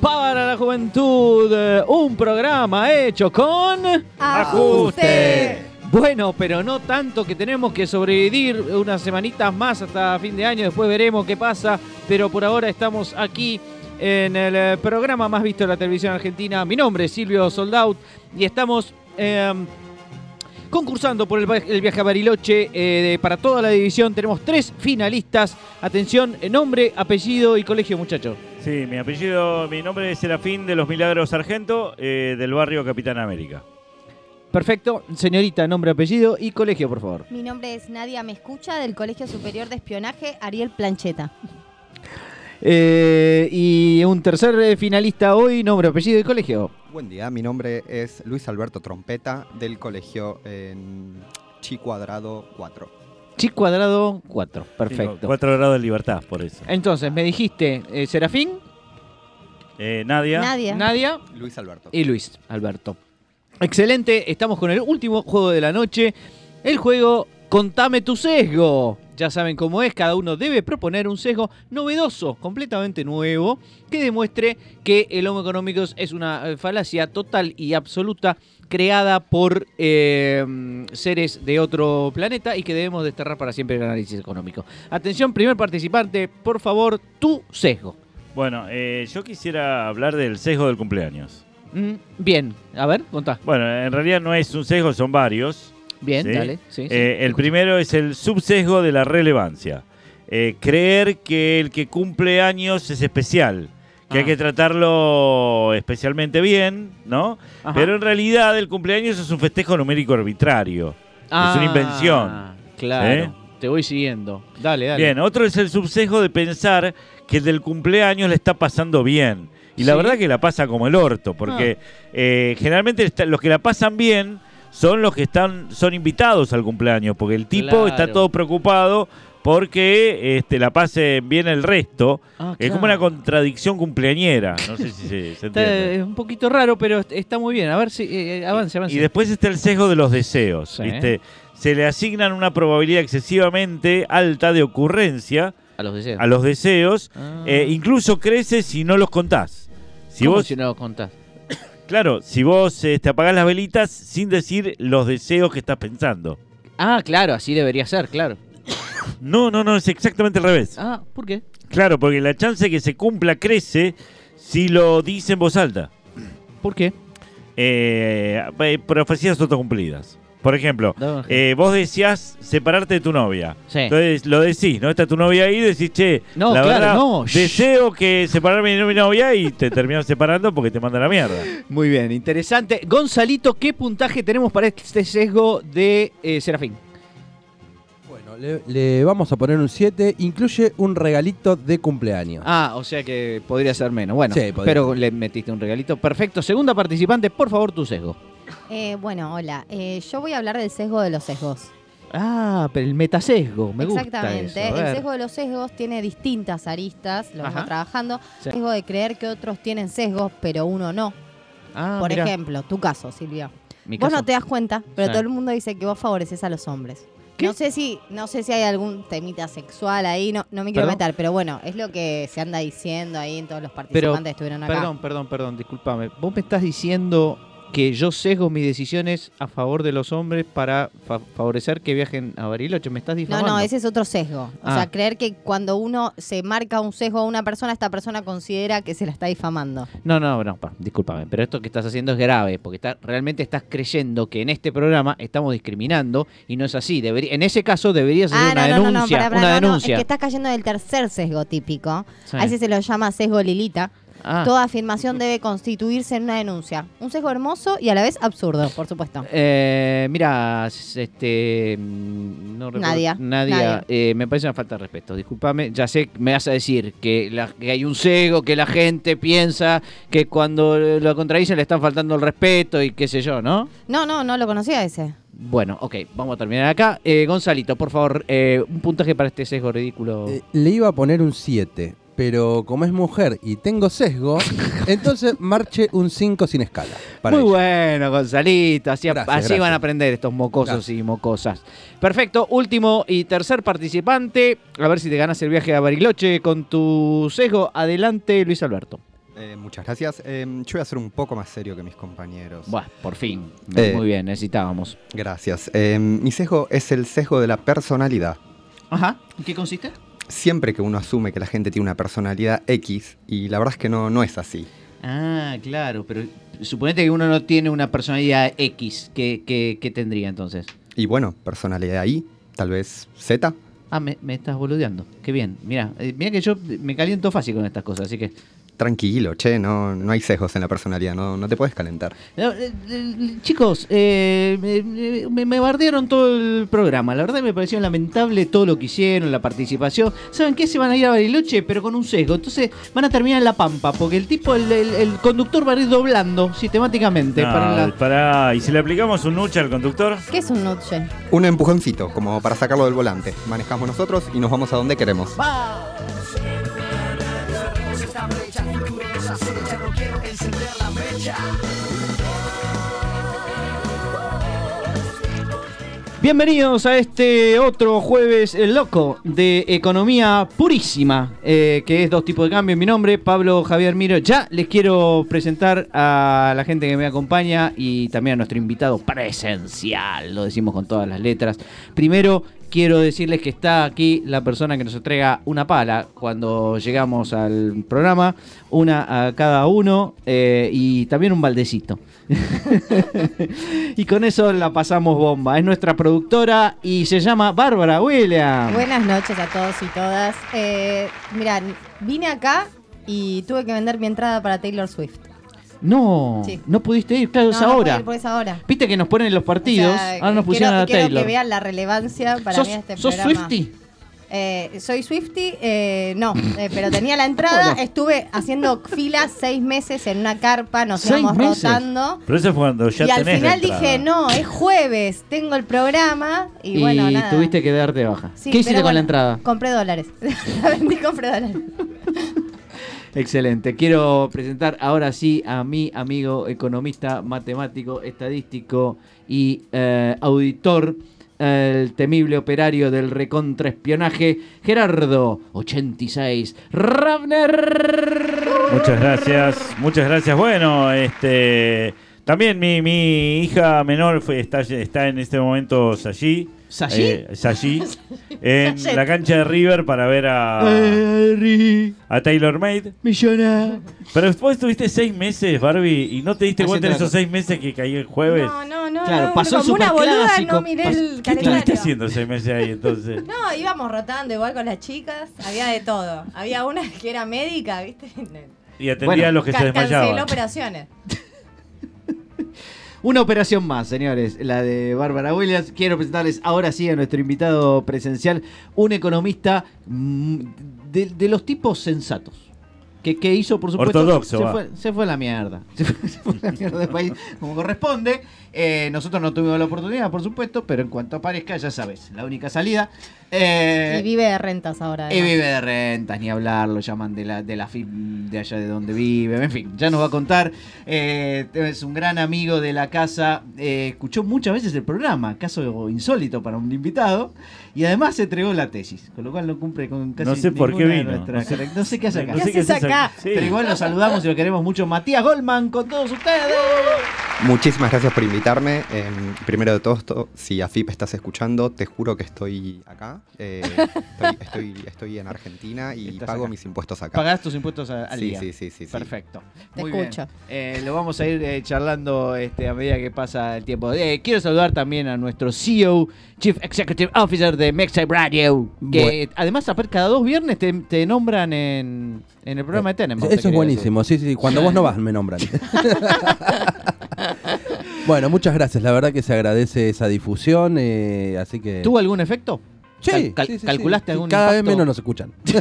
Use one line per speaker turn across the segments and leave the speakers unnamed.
para la juventud, un programa hecho con
ajuste.
Bueno, pero no tanto que tenemos que sobrevivir unas semanitas más hasta fin de año, después veremos qué pasa, pero por ahora estamos aquí en el eh, programa más visto de la televisión argentina. Mi nombre es Silvio Soldaut y estamos... Eh, concursando por el, viaje a Bariloche eh, de, para toda la división. Tenemos tres finalistas. Atención, eh, nombre, apellido y colegio, muchachos.
Sí, mi apellido, mi nombre es Serafín de los Milagros Sargento, eh, del barrio Capitán América.
Perfecto. Señorita, nombre, apellido y colegio, por favor.
Mi nombre es Nadia Me Escucha, del Colegio Superior de Espionaje, Ariel Plancheta.
Eh, y un tercer eh, finalista hoy, nombre, apellido y colegio.
Buen día, mi nombre es Luis Alberto Trompeta del colegio en Chi Cuadrado 4.
Chi Cuadrado 4, perfecto. Eh,
4 grados de libertad, por eso.
Entonces, me dijiste eh, Serafín,
Eh, Nadia.
Nadia.
Nadia
Luis Alberto.
y Luis Alberto. Excelente, estamos con el último juego de la noche. El juego Contame tu sesgo. Ya saben cómo es, cada uno debe proponer un sesgo novedoso, completamente nuevo, que demuestre que el Homo Economicus es una eh, falacia total y absoluta creada por eh, seres de otro planeta y que debemos desterrar para siempre el análisis económico. Atención, primer participante, por favor, tu sesgo.
Bueno, eh, yo quisiera hablar del sesgo del cumpleaños.
Mm, bien, a ver, contá.
Bueno, en realidad no es un sesgo, son varios.
Bien,
Sí.
dale. sí, sí.
Eh, el primero es el subsesgo de la relevancia. Eh, creer que el que cumple años es especial, que
Ah.
hay que tratarlo especialmente bien, ¿no?
Ajá.
Pero en realidad el cumpleaños es un festejo numérico arbitrario. Es una invención.
Ah, Claro.
¿Eh?
Te voy siguiendo. Dale, dale.
Bien, otro es el subsesgo de pensar que el del cumpleaños le está pasando bien. Y
Sí.
la
Ah.
verdad que la pasa como el orto, porque eh, generalmente está- los que la pasan bien son los que están son invitados al cumpleaños, porque el tipo está
Claro.
todo preocupado porque este, la pase bien el resto.
Ah,
Es como
claro.
una contradicción cumpleañera. No sé si se, se
Está,
entiende.
eh, un poquito raro, pero est- está muy bien. A ver si eh, avance, avance.
Y después está el sesgo de los deseos.
Sí.
¿viste? Se le asignan una probabilidad excesivamente alta de ocurrencia
a los deseos.
a los deseos
Ah.
Eh, incluso crece si no los contás. Si
¿Cómo
vos,
si no lo contás?
claro, si vos eh, te apagás las velitas sin decir los deseos que estás pensando.
Ah, claro, así debería ser, claro.
No, no, no, es exactamente al revés.
Ah, ¿por qué?
Claro, porque la chance de que se cumpla crece si lo dice en voz alta.
¿Por qué?
Eh, eh, profecías autocumplidas. Por ejemplo,
Dame un ejemplo.
eh, vos decías separarte de tu novia.
Sí.
Entonces lo decís, ¿no? Está tu novia ahí y decís, che,
No,
la
claro,
verdad,
no, shh.
deseo que separarme de mi novia y te terminas separando porque te manda a la mierda.
Muy bien, interesante. Gonzalito, ¿qué puntaje tenemos para este sesgo de eh, Serafín?
Bueno, le, le vamos a poner un 7. Incluye un regalito de cumpleaños.
Ah, o sea que podría ser menos. Bueno,
Sí, podría
pero le metiste un regalito. Perfecto. Segunda participante, por favor, tu sesgo.
Eh, bueno, hola. Eh, yo voy a hablar del sesgo de los sesgos.
Ah, pero el metasesgo, me gusta.
Exactamente.
eso. A ver.
El sesgo de los sesgos tiene distintas aristas, lo
Ajá.
vamos trabajando.
Sí.
Sesgo de creer que otros tienen sesgos, pero uno no.
Ah,
Por
mirá,
ejemplo, tu caso, Silvia.
mi
Vos
caso.
no te das cuenta, pero
Sí.
todo el mundo dice que vos favoreces a los hombres.
¿Qué?
No sé si, no sé si hay algún temita sexual ahí, no, no me quiero
¿Perdón?
meter, pero bueno, es lo que se anda diciendo ahí en todos los participantes que estuvieron acá.
Perdón, perdón, perdón, discúlpame. Vos me estás diciendo que yo sesgo mis decisiones a favor de los hombres para fa- favorecer que viajen a Bariloche. Me estás
No,
difamando.
no, ese es otro sesgo. O
Ah.
sea, creer que cuando uno se marca un sesgo a una persona, esta persona considera que se la está difamando.
No, no, no, pa, discúlpame, pero esto que estás haciendo es grave, porque está- realmente estás creyendo que en este programa estamos discriminando y no es así. Deberí- en ese caso deberías hacer una denuncia,
pará, pará,
una
Ah, no, no,
denuncia.
Es que estás cayendo del tercer sesgo típico.
Sí.
A ese se lo llama sesgo Lilita.
Ah.
Toda afirmación debe constituirse en una denuncia. Un sesgo hermoso y a la vez absurdo, por supuesto.
Eh, mira, s- este. mm, No recuerdo-
Nadia.
Nadia,
Nadia.
eh, me parece una falta de respeto. Discúlpame, ya sé, que me vas a decir que, la- que hay un cego, que la gente piensa que cuando lo contradicen le están faltando el respeto y qué sé yo, ¿no?
No, no, no lo conocía ese.
Bueno, ok, vamos a terminar acá. Eh, Gonzalito, por favor, eh, un puntaje para este sesgo ridículo.
Eh, le iba a poner un 7. Pero como es mujer y tengo sesgo, entonces marche un 5 sin escala. para
Muy
ella.
bueno, Gonzalito. Así,
Gracias,
así
gracias.
van a aprender estos mocosos y mocosas. Perfecto. Último y tercer participante. A ver si te ganas el viaje a Bariloche con tu sesgo. Adelante, Luis Alberto.
Eh, muchas gracias. Eh, yo voy a ser un poco más serio que mis compañeros.
Buah, por fin.
Eh.
Muy bien, necesitábamos.
Gracias. Eh, mi sesgo es el sesgo de la personalidad.
Ajá. ¿En qué consiste?
Siempre que uno asume que la gente tiene una personalidad X, y la verdad es que no, no es así.
Ah, claro, pero suponete que uno no tiene una personalidad X. ¿Qué, qué- qué tendría entonces?
Y bueno, personalidad Y, tal vez Z.
Ah, me, me estás boludeando. Qué bien. Mira, mira que yo me caliento fácil con estas cosas, así que.
Tranquilo, che, no, no hay sesgos en la personalidad, no, no te puedes calentar.
No, eh, eh, Chicos, eh, me- me, me bardearon todo el programa. La verdad me pareció lamentable todo lo que hicieron, la participación. ¿Saben qué? Se van a ir a Bariloche, pero con un sesgo. Entonces van a terminar en La Pampa, porque el tipo, el, el- el conductor va a ir doblando sistemáticamente. para la-
No, pará, ¿y si le aplicamos un nuche al conductor?
¿Qué es un nutshell?
Un empujoncito, como para sacarlo del volante. Manejamos nosotros y nos vamos a donde queremos.
Bienvenidos a este otro jueves eh, loco de economía purísima, eh, que es dos tipos de cambio. Mi nombre, Pablo Javier Miro. Ya les quiero presentar a la gente que me acompaña y también a nuestro invitado presencial, lo decimos con todas las letras. Primero, quiero decirles que está aquí la persona que nos entrega una pala cuando llegamos al programa, una a cada uno eh, y también un baldecito. Y con eso la pasamos bomba. Es nuestra productora y se llama Bárbara William.
Buenas noches a todos y todas. Eh, mirá, vine acá y tuve que vender mi entrada para Taylor Swift.
No,
Sí.
no pudiste ir, claro, es
No, no
ahora.
puedo ir por esa hora.
Viste que nos ponen los partidos,
O sea,
ahora nos pusieron
quiero,
a
quiero
Taylor.
que vean la relevancia para
¿Sos,
mí de este
sos
programa.
Swifty?
Eh, soy Swifty, eh, no, eh, pero tenía la entrada,
Bueno.
estuve haciendo fila seis meses en una carpa, nos
¿Seis
íbamos
meses?
rotando.
Pero eso es cuando ya
y al
tenés la
final dije,
entrada.
no, es jueves, tengo el programa y,
Y,
bueno, nada.
tuviste que darte de baja.
Sí,
¿Qué hiciste
pero
con la
bueno,
entrada?
Compré dólares. La vendí, compré dólares.
Excelente. Quiero presentar ahora sí a mi amigo economista, matemático, estadístico y eh, auditor, el temible operario del recontraespionaje, Gerardo 86 Ravner.
Muchas gracias, muchas gracias. Bueno, este. También mi, mi hija menor fue- está, está en este momento allí.
¿Sashi?
en la cancha de River para ver
Eh.
a,
Harry,
a Taylor Made.
millonario.
Pero después estuviste seis meses, Barbie, y no te diste
Haciendo
cuenta en
la
esos
cosa.
seis meses que caí el jueves.
No, no, no.
Claro,
no,
pasó el
como una boluda
superclásico,
no miré
pasó- ¿Qué
el
¿Qué estuviste
calendario.
haciendo seis meses ahí entonces?
No, íbamos rotando igual con las chicas, había de todo. Había una que era médica, ¿viste?
Y atendía
Bueno,
a los que
Ca-
se
canceló
desmayaban.
operaciones.
Una operación más, señores, la de Bárbara Williams. Quiero presentarles ahora sí a nuestro invitado presencial, un economista mm, de, de los tipos sensatos. Que, que hizo, por supuesto.
Ortodoxo,
Se
va.
fue, se fue a la mierda. Se fue, se fue a la mierda del país, como corresponde. Eh, nosotros no tuvimos la oportunidad, por supuesto, pero en cuanto aparezca, ya sabes, la única salida. Eh,
Y vive de rentas ahora.
Y
además.
vive de rentas, ni hablar, lo llaman de la, de la FIP de allá de donde vive, en fin, ya nos va a contar. Eh, es un gran amigo de la casa, eh, escuchó muchas veces el programa, caso insólito para un invitado, y además se entregó la tesis, con lo cual no cumple con casi
No sé por
ninguna
qué
de
vino,
nuestras
no sé-
características. No sé qué hace acá.
No sé
¿Qué haces
hace
acá?
Sí.
Pero igual lo saludamos y lo queremos mucho. Matías Goldman con todos ustedes.
Muchísimas gracias por invitarme. Em, primero de todo, esto, si AFIP estás escuchando, te juro que estoy acá. Eh, estoy, estoy- estoy en Argentina y
Estás
pago
acá.
mis impuestos acá.
Pagás tus impuestos a- al
sí,
día.
sí, sí, sí, sí.
Perfecto.
Te
Muy bien.
escucho.
Eh, lo vamos a ir eh, charlando este, a medida que pasa el tiempo. Eh, quiero saludar también a nuestro CEO, Chief Executive Officer de Mexi Radio, que
Bue-
además aparte, cada dos viernes te, te nombran en, en el programa de Tenemos. te
Eso
quería
es buenísimo, sí, sí, sí, cuando vos no vas me nombran. bueno, muchas gracias, la verdad que se agradece esa difusión, eh, así que...
decir. ¿Tuvo algún efecto?
Sí,
Cal-
sí, sí,
¿Calculaste
sí.
algún
Cada vez
impacto?
menos nos escuchan.
Yo,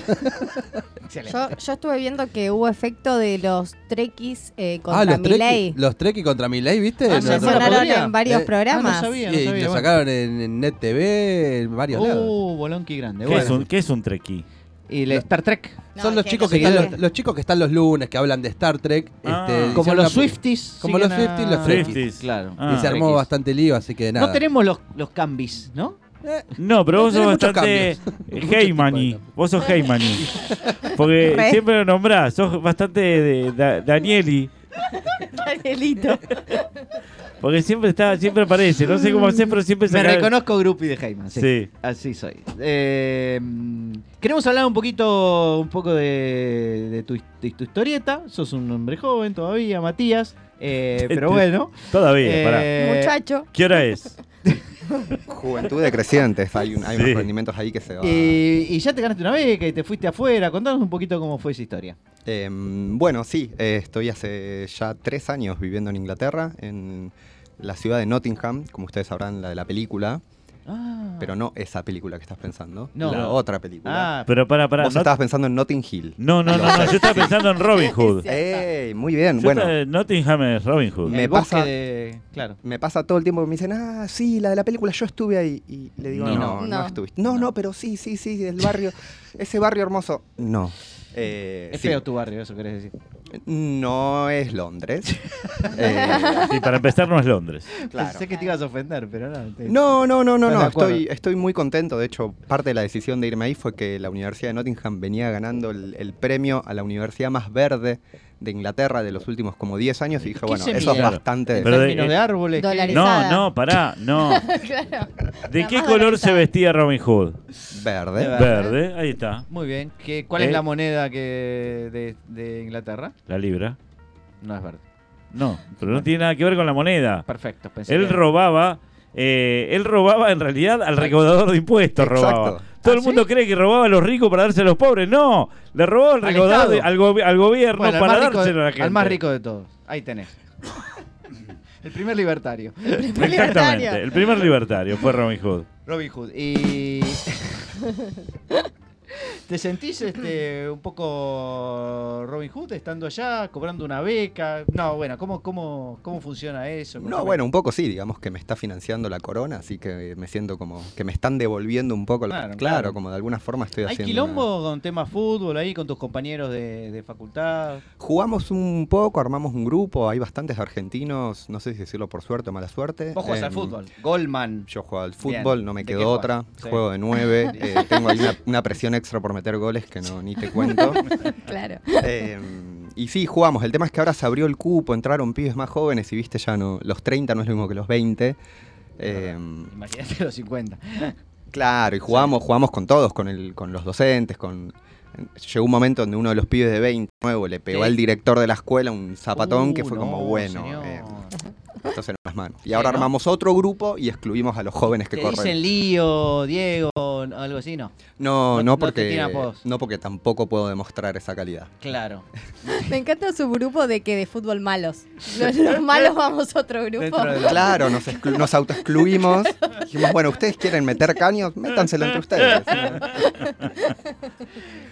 yo estuve viendo que hubo efecto de los trequis eh,
ah,
contra
los
Milei.
Treki, los Treki contra Milei, ¿viste?
Ah,
No,
sí,
no,
Ya
¿no la
sonaron
podría?
en varios
Eh,
programas.
Ah, no sabía, no
Sí,
sabía,
lo
bueno.
sacaron en, en Net TV, en varios lados.
Uh, Bolonqui grande.
¿Qué,
Bueno.
es un, ¿Qué es un trequí?
Y el Star Trek.
No,
Son los
que
chicos,
no
que
sé
están
qué.
los, los chicos que están los lunes, que hablan de Star Trek.
Ah.
este,
Y
Como
hicieron
los
una-
Swifties.
como los
siguen a-
Swifties, los Trekkies.
Claro.
Ah.
Y se armó
Trekkies.
bastante lío, así que nada.
No tenemos los, los cambis, ¿no?
No, pero vos sos
Tenés muchos
bastante
cambios.
Heymani.
Muchos tipos de
Vos sos Heymani. Porque
Re.
siempre lo nombrás. Sos bastante de- da- Danieli.
Danielito.
Porque siempre está, siempre aparece. No sé cómo hacer, pero siempre
Me
saca-
reconozco Grupi de Heyman, sí.
Pues Sí.
Así soy. Eh, mm, queremos hablar un poquito, un poco de, de tu, de tu historieta. Sos un hombre joven todavía, Matías. Eh, pero bueno.
Todavía, Este, pará.
Eh,
Muchacho.
¿Qué hora es?
Juventud decreciente. Hay, un- hay
Sí.
unos rendimientos ahí que se van.
Y, y ya te ganaste una beca y te fuiste afuera. Contanos un poquito cómo fue esa historia.
Em, bueno, sí, eh, estoy hace ya tres años viviendo en Inglaterra, en la ciudad de Nottingham, como ustedes sabrán, la de la película,
Ah,
pero no esa película que estás pensando,
No.
la otra película.
Ah,
Pero pará, pará.
Vos
No,
estabas pensando en Notting Hill.
no, no, no, no, Yo estaba pensando en Robin Hood.
Sí, ya está.
¡Ey! Muy bien,
Yo
bueno.
estaba- Nottingham es Robin Hood.
el
me
bosque
pasa-
de- Claro.
Me pasa todo el tiempo que me dicen, ah, sí, la de la película, yo estuve ahí. Y le digo,
No.
no, no,
No.
estuviste. No, no, pero sí, sí, sí, el barrio, ese barrio hermoso. No. Eh,
Es
sí,
feo tu barrio, eso querés decir.
No es Londres. Eh,
Sí, para empezar no es Londres.
claro.
Pensé que te ibas a ofender, pero no. te-
No, no, no, no,
¿Estás
no.
de acuerdo?
Estoy, estoy muy contento. De hecho, parte de la decisión de irme ahí fue que la Universidad de Nottingham venía ganando el, el premio a la universidad más verde de Inglaterra de los últimos como 10 años y dije,
¿Qué
bueno,
se
eso es
mide?
bastante...
En
Pero de- eh,
términos de, árboles. ¿qué?
Dólares.
No,
Pesada.
no, pará, no.
Claro.
¿De
La
qué
más
color
organizada.
se vestía Robin Hood?
verde.
Verde.
Verde, ahí está,
Muy bien. ¿Qué, ¿Cuál
Eh.
es la moneda que de, de Inglaterra?
la libra.
No es verde.
No, pero no tiene nada que ver con la moneda.
Perfecto. Pensé
Él
que-
robaba, eh, él robaba en realidad al recaudador de impuestos,
Exacto.
robaba. Todo
¿Ah,
el mundo
sí?
cree que robaba a los ricos para darse a los pobres. No, le robaba al
Al
recaudador, de-
Estado.
al, gobi- al gobierno
Bueno, al
para
más rico de-
dárselo a la gente.
Al más rico de todos. Ahí tenés. El primer libertario.
Exactamente,
Libertario.
el primer libertario fue Robin Hood.
Robin Hood. Y. ¿Te sentís este, un poco Robin Hood estando allá, cobrando una beca? No, bueno, ¿cómo, cómo, cómo funciona eso?
No, bueno, un poco sí, digamos que me está financiando la corona, así que me siento como que me están devolviendo un poco. la-
Claro,
Claro,
claro.
como de alguna forma estoy
¿Hay
haciendo.
quilombo con tema fútbol ahí, con tus compañeros de, de facultad?
una- Jugamos un poco, armamos un grupo, hay bastantes argentinos, no sé si decirlo por suerte o mala suerte.
Vos jugás
Em,
al fútbol. Goldman.
Yo juego al fútbol, no me
¿De qué
quedó
jugás?
otra.
Sí.
Juego de nueve, eh, tengo ahí una, una presión extra por meter goles que no ni te cuento.
Claro.
Eh, y sí, jugamos. El tema es que ahora se abrió el cupo, entraron pibes más jóvenes y viste ya no los 30 no es lo mismo que los 20. Eh,
Imagínate los 50.
claro, y jugamos, jugamos con todos, con el, con los docentes, con llegó un momento donde uno de los pibes de 20 nuevo le pegó
¿Qué?
al director de la escuela un zapatón que
Uh,
fue
no,
como bueno.
señor.
eh, entonces eran las manos. Y
Sí,
ahora
¿no?
armamos otro grupo y excluimos a los jóvenes que
Te
corren.
dicen Lío, Diego, o algo así, ¿no? No-
No, no,
no te
porque
tiran
no,
apodos.
porque tampoco puedo demostrar esa calidad.
Claro.
Me encanta su grupo de que de fútbol malos. Los, los malos vamos a otro grupo.
Dentro de la-
Claro, nos, exclu- nos autoexcluimos. Dijimos, bueno, ustedes quieren meter caños, métanselo entre ustedes.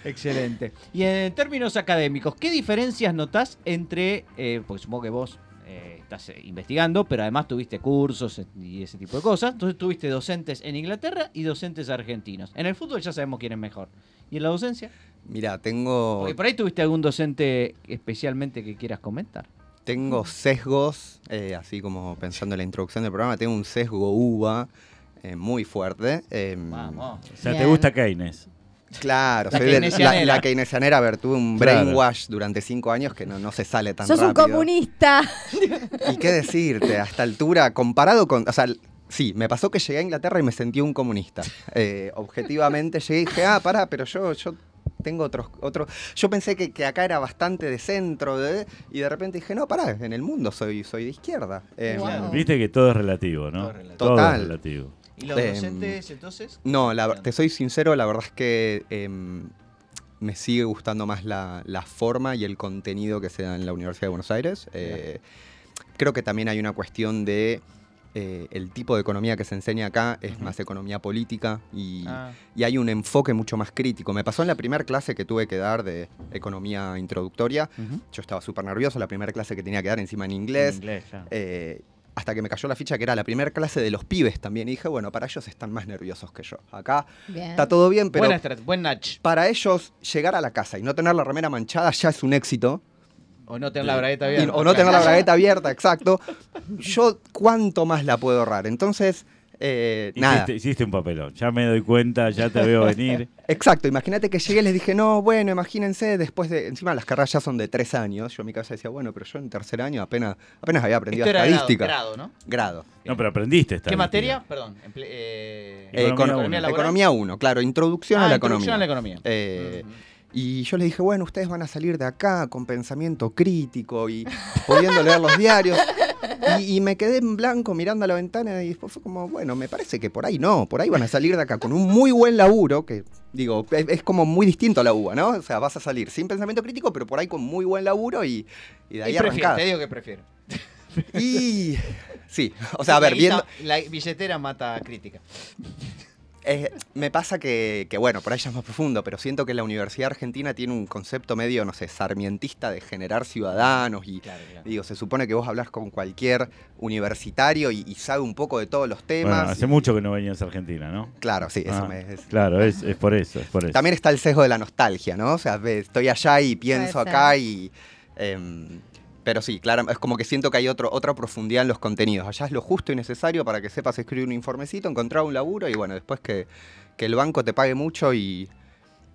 Excelente. Y en términos académicos, ¿qué diferencias notás entre, eh, porque supongo que vos eh, estás eh, investigando, pero además tuviste cursos e, y ese tipo de cosas, entonces tuviste docentes en Inglaterra y docentes argentinos. En el fútbol ya sabemos quién es mejor. ¿Y en la docencia?
Mira, tengo,
Porque por ahí tuviste algún docente especialmente que quieras comentar.
tengo sesgos, eh, así como pensando en la introducción del programa, tengo un sesgo uva eh, muy fuerte. eh,
Vamos.
O sea, te
Bien.
gusta Keynes.
Claro,
La
soy de-
keynesianera.
la, la keynesianera, a ver, tuve un
Claro.
brainwash durante cinco años que no, no se sale tan
Sos un
rápido.
comunista.
Y qué decirte, a esta altura, comparado con. O sea, l- sí, me pasó que llegué a Inglaterra y me sentí un comunista. Eh, objetivamente llegué y dije, ah, pará, pero yo, yo tengo otros. otros yo pensé que, que acá era bastante de centro, de, y de repente dije, no, pará, en el mundo soy, soy de izquierda. Eh,
Guau.
Viste que todo es relativo, ¿no?
Todo es relativo.
Todo
Total.
es relativo.
¿Y
los Em, docentes,
entonces?
No, la ver- te soy sincero, la verdad es que em, me sigue gustando más la, la forma y el contenido que se da en la Universidad de Buenos Aires. Eh, creo que también hay una cuestión de eh, el tipo de economía que se enseña acá es más economía política y, y hay un enfoque mucho más crítico. Me pasó en la primera clase que tuve que dar de economía introductoria. Yo estaba súper nervioso, la primera clase que tenía que dar encima en inglés. Eh, hasta que me cayó la ficha que era la primera clase de los pibes también. Y dije, bueno, para ellos están más nerviosos que yo. Acá
Bien.
está todo bien, pero
Buena estrat- buen Nach.
para ellos llegar a la casa y no tener la remera manchada ya es un éxito.
O no tener la bragueta
Y-
bien.
o no tener la bragueta abierta, exacto. Yo cuánto más la puedo ahorrar. Entonces, eh, nada.
Hiciste, hiciste un papelón. Ya me doy cuenta, ya te veo venir.
Exacto, imagínate que llegué y les dije, no, bueno, imagínense, después de. Encima las carreras ya son de tres años. Yo en mi cabeza decía, bueno, pero yo en tercer año apenas, apenas había aprendido
Esto era grado,
estadística.
grado, ¿no?
Grado.
No, pero aprendiste esta.
¿Qué materia? Perdón. emple- eh,
Eh, Economía
Econo-
uno.
laboral.
economía 1, claro, introducción
Ah,
a la
introducción
economía.
a la economía.
Eh,
Ujú.
Y yo les dije, bueno, ustedes van a salir de acá con pensamiento crítico y pudiendo leer los diarios. Y, y me quedé en blanco mirando a la ventana y después fue como, bueno, me parece que por ahí no, por ahí van a salir de acá con un muy buen laburo, que digo, es, es como muy distinto a la UBA, ¿no? O sea, vas a salir sin pensamiento crítico, pero por ahí con muy buen laburo y, y de ahí
Y prefiero,
arrancás.
te digo que prefiero.
Y sí, o sea, a ver,
La guita-
viendo,
La billetera mata crítica.
Eh, me pasa que, que, bueno, por ahí ya es más profundo, pero siento que la Universidad Argentina tiene un concepto medio, no sé, sarmientista de generar ciudadanos y.
Claro, claro.
Digo, se supone que vos hablas con cualquier universitario y, y sabe un poco de todos los
Bueno,
temas.
hace
y-
mucho que no venías a Argentina, ¿no?
Claro, sí, eso
Ah,
me es-
Claro, es, es por eso, es por eso.
También está el sesgo de la nostalgia, ¿no? O sea, ve, estoy allá y pienso
Puede
acá
ser.
y. em, pero sí, claro, es como que siento que hay otro, otra profundidad en los contenidos. Allá es lo justo y necesario para que sepas escribir un informecito, encontrar un laburo y bueno, después que, que el banco te pague mucho y,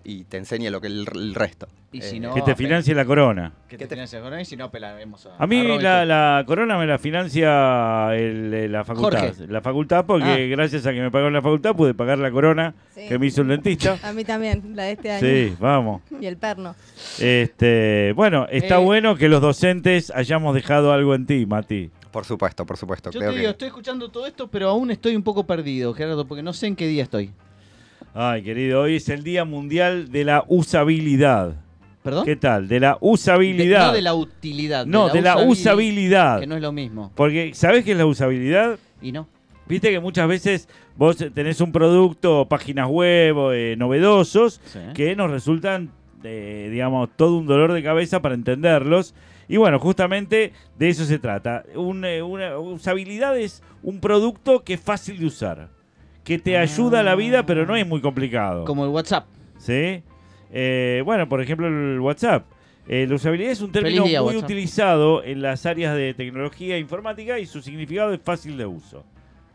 y te enseñe lo que el, el resto.
Y
Eh,
si no,
que te
apel-
financie la corona.
Que te financie la economía y si no apelaremos a.
A mí
Robin
la,
Hood.
la corona me la financia el- eh, la facultad.
Jorge.
La facultad, porque
Ah.
gracias a que me pagaron la facultad pude pagar la corona
Sí.
que me hizo el dentista.
A mí también, la de este año.
Sí, vamos.
Y el perno.
Este, bueno, está
Eh.
bueno que los docentes hayamos dejado algo en ti, Mati.
Por supuesto, por supuesto.
Yo
creo
te digo,
que-
estoy escuchando todo esto, pero aún estoy un poco perdido, Gerardo, porque no sé en qué día estoy.
Ay, querido, hoy es el Día Mundial de la Usabilidad.
¿Perdón?
¿Qué tal? De la
De-
usabilidad.
no de la utilidad.
No, de la usabilidad.
Que no es lo mismo.
Porque, ¿sabés qué es la usabilidad?
Y no.
Viste que muchas veces vos tenés un producto, páginas web, eh, novedosos,
Sí.
que nos resultan, eh, digamos, todo un dolor de cabeza para entenderlos. Y bueno, justamente de eso se trata. Un, eh, una usabilidad es un producto que es fácil de usar, que te ayuda a la vida, pero no es muy complicado.
Como el WhatsApp.
¿Sí? Eh, bueno, por ejemplo, el WhatsApp. Eh, la usabilidad es un término
Feliz día,
muy
WhatsApp.
utilizado en las áreas de tecnología e informática y su significado es fácil de uso.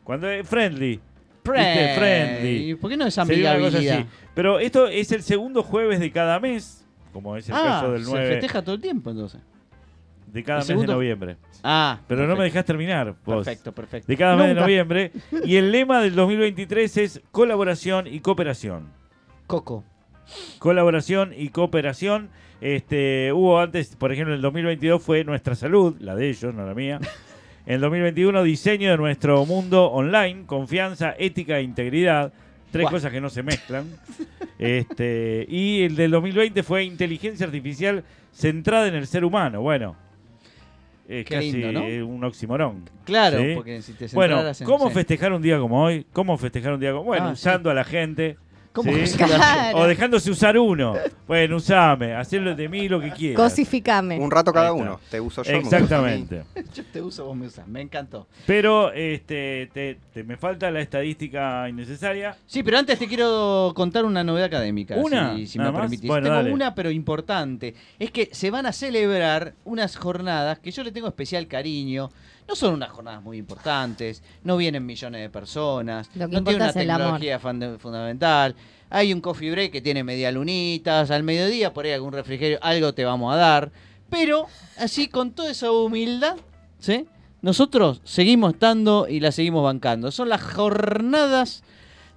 Cuando es friendly. Viste, friendly.
¿Y ¿Por qué no es
sería una cosa
amigabilidad?
así. Pero esto es el segundo jueves de cada mes, como es el
Ah,
caso del
se
9
festeja todo el tiempo entonces.
de cada
el
mes
segundo-
de noviembre.
Ah.
Pero no me
perfecto,
dejas terminar, vos.
Perfecto, perfecto.
De cada mes de
Nunca-
noviembre. Y el lema del 2023 es colaboración y cooperación.
Coco.
colaboración y cooperación. Este, hubo antes, por ejemplo, en el 2022 fue Nuestra Salud, la de ellos, no la mía. En el 2021, diseño de nuestro mundo online, confianza, ética e integridad. Tres
Buah.
cosas que no se mezclan. Este, y el del 2020 fue inteligencia artificial centrada en el ser humano. Bueno, es
Qué
casi
lindo, ¿no?
eh, un oximorón.
Claro,
Sí.
porque si te
Bueno,
centraras en-
¿cómo
sí.
festejar un día como hoy? ¿Cómo festejar un día como Bueno,
Ah, sí.
usando a la gente.
¿Cómo
¿sí?
festejar?
Claro.
O dejándose usar uno. Bueno, usame, hacerlo de mí lo que quieras.
Cosificame.
Un rato cada
Ahí está.
uno. Te uso yo. me usas a mí.
Exactamente.
Yo te uso, vos me usas. Me encantó.
Pero este, te, te- me falta la estadística innecesaria.
Sí, pero antes te quiero contar una novedad académica.
¿Una?
Si, si
¿Nada
me
más?
permitís.
Bueno,
tengo
dale.
una, pero importante. Es que se van a celebrar unas jornadas que yo le tengo especial cariño. No son unas jornadas muy importantes. No vienen millones de personas.
Lo que
no tiene
importa
una
es el amor.
tecnología fan- fundamental. Hay un coffee break que tiene media lunitas. Al mediodía, por ahí algún refrigerio. Algo te vamos a dar. Pero, así, con toda esa humildad, ¿sí? Nosotros seguimos estando y la seguimos bancando. Son las jornadas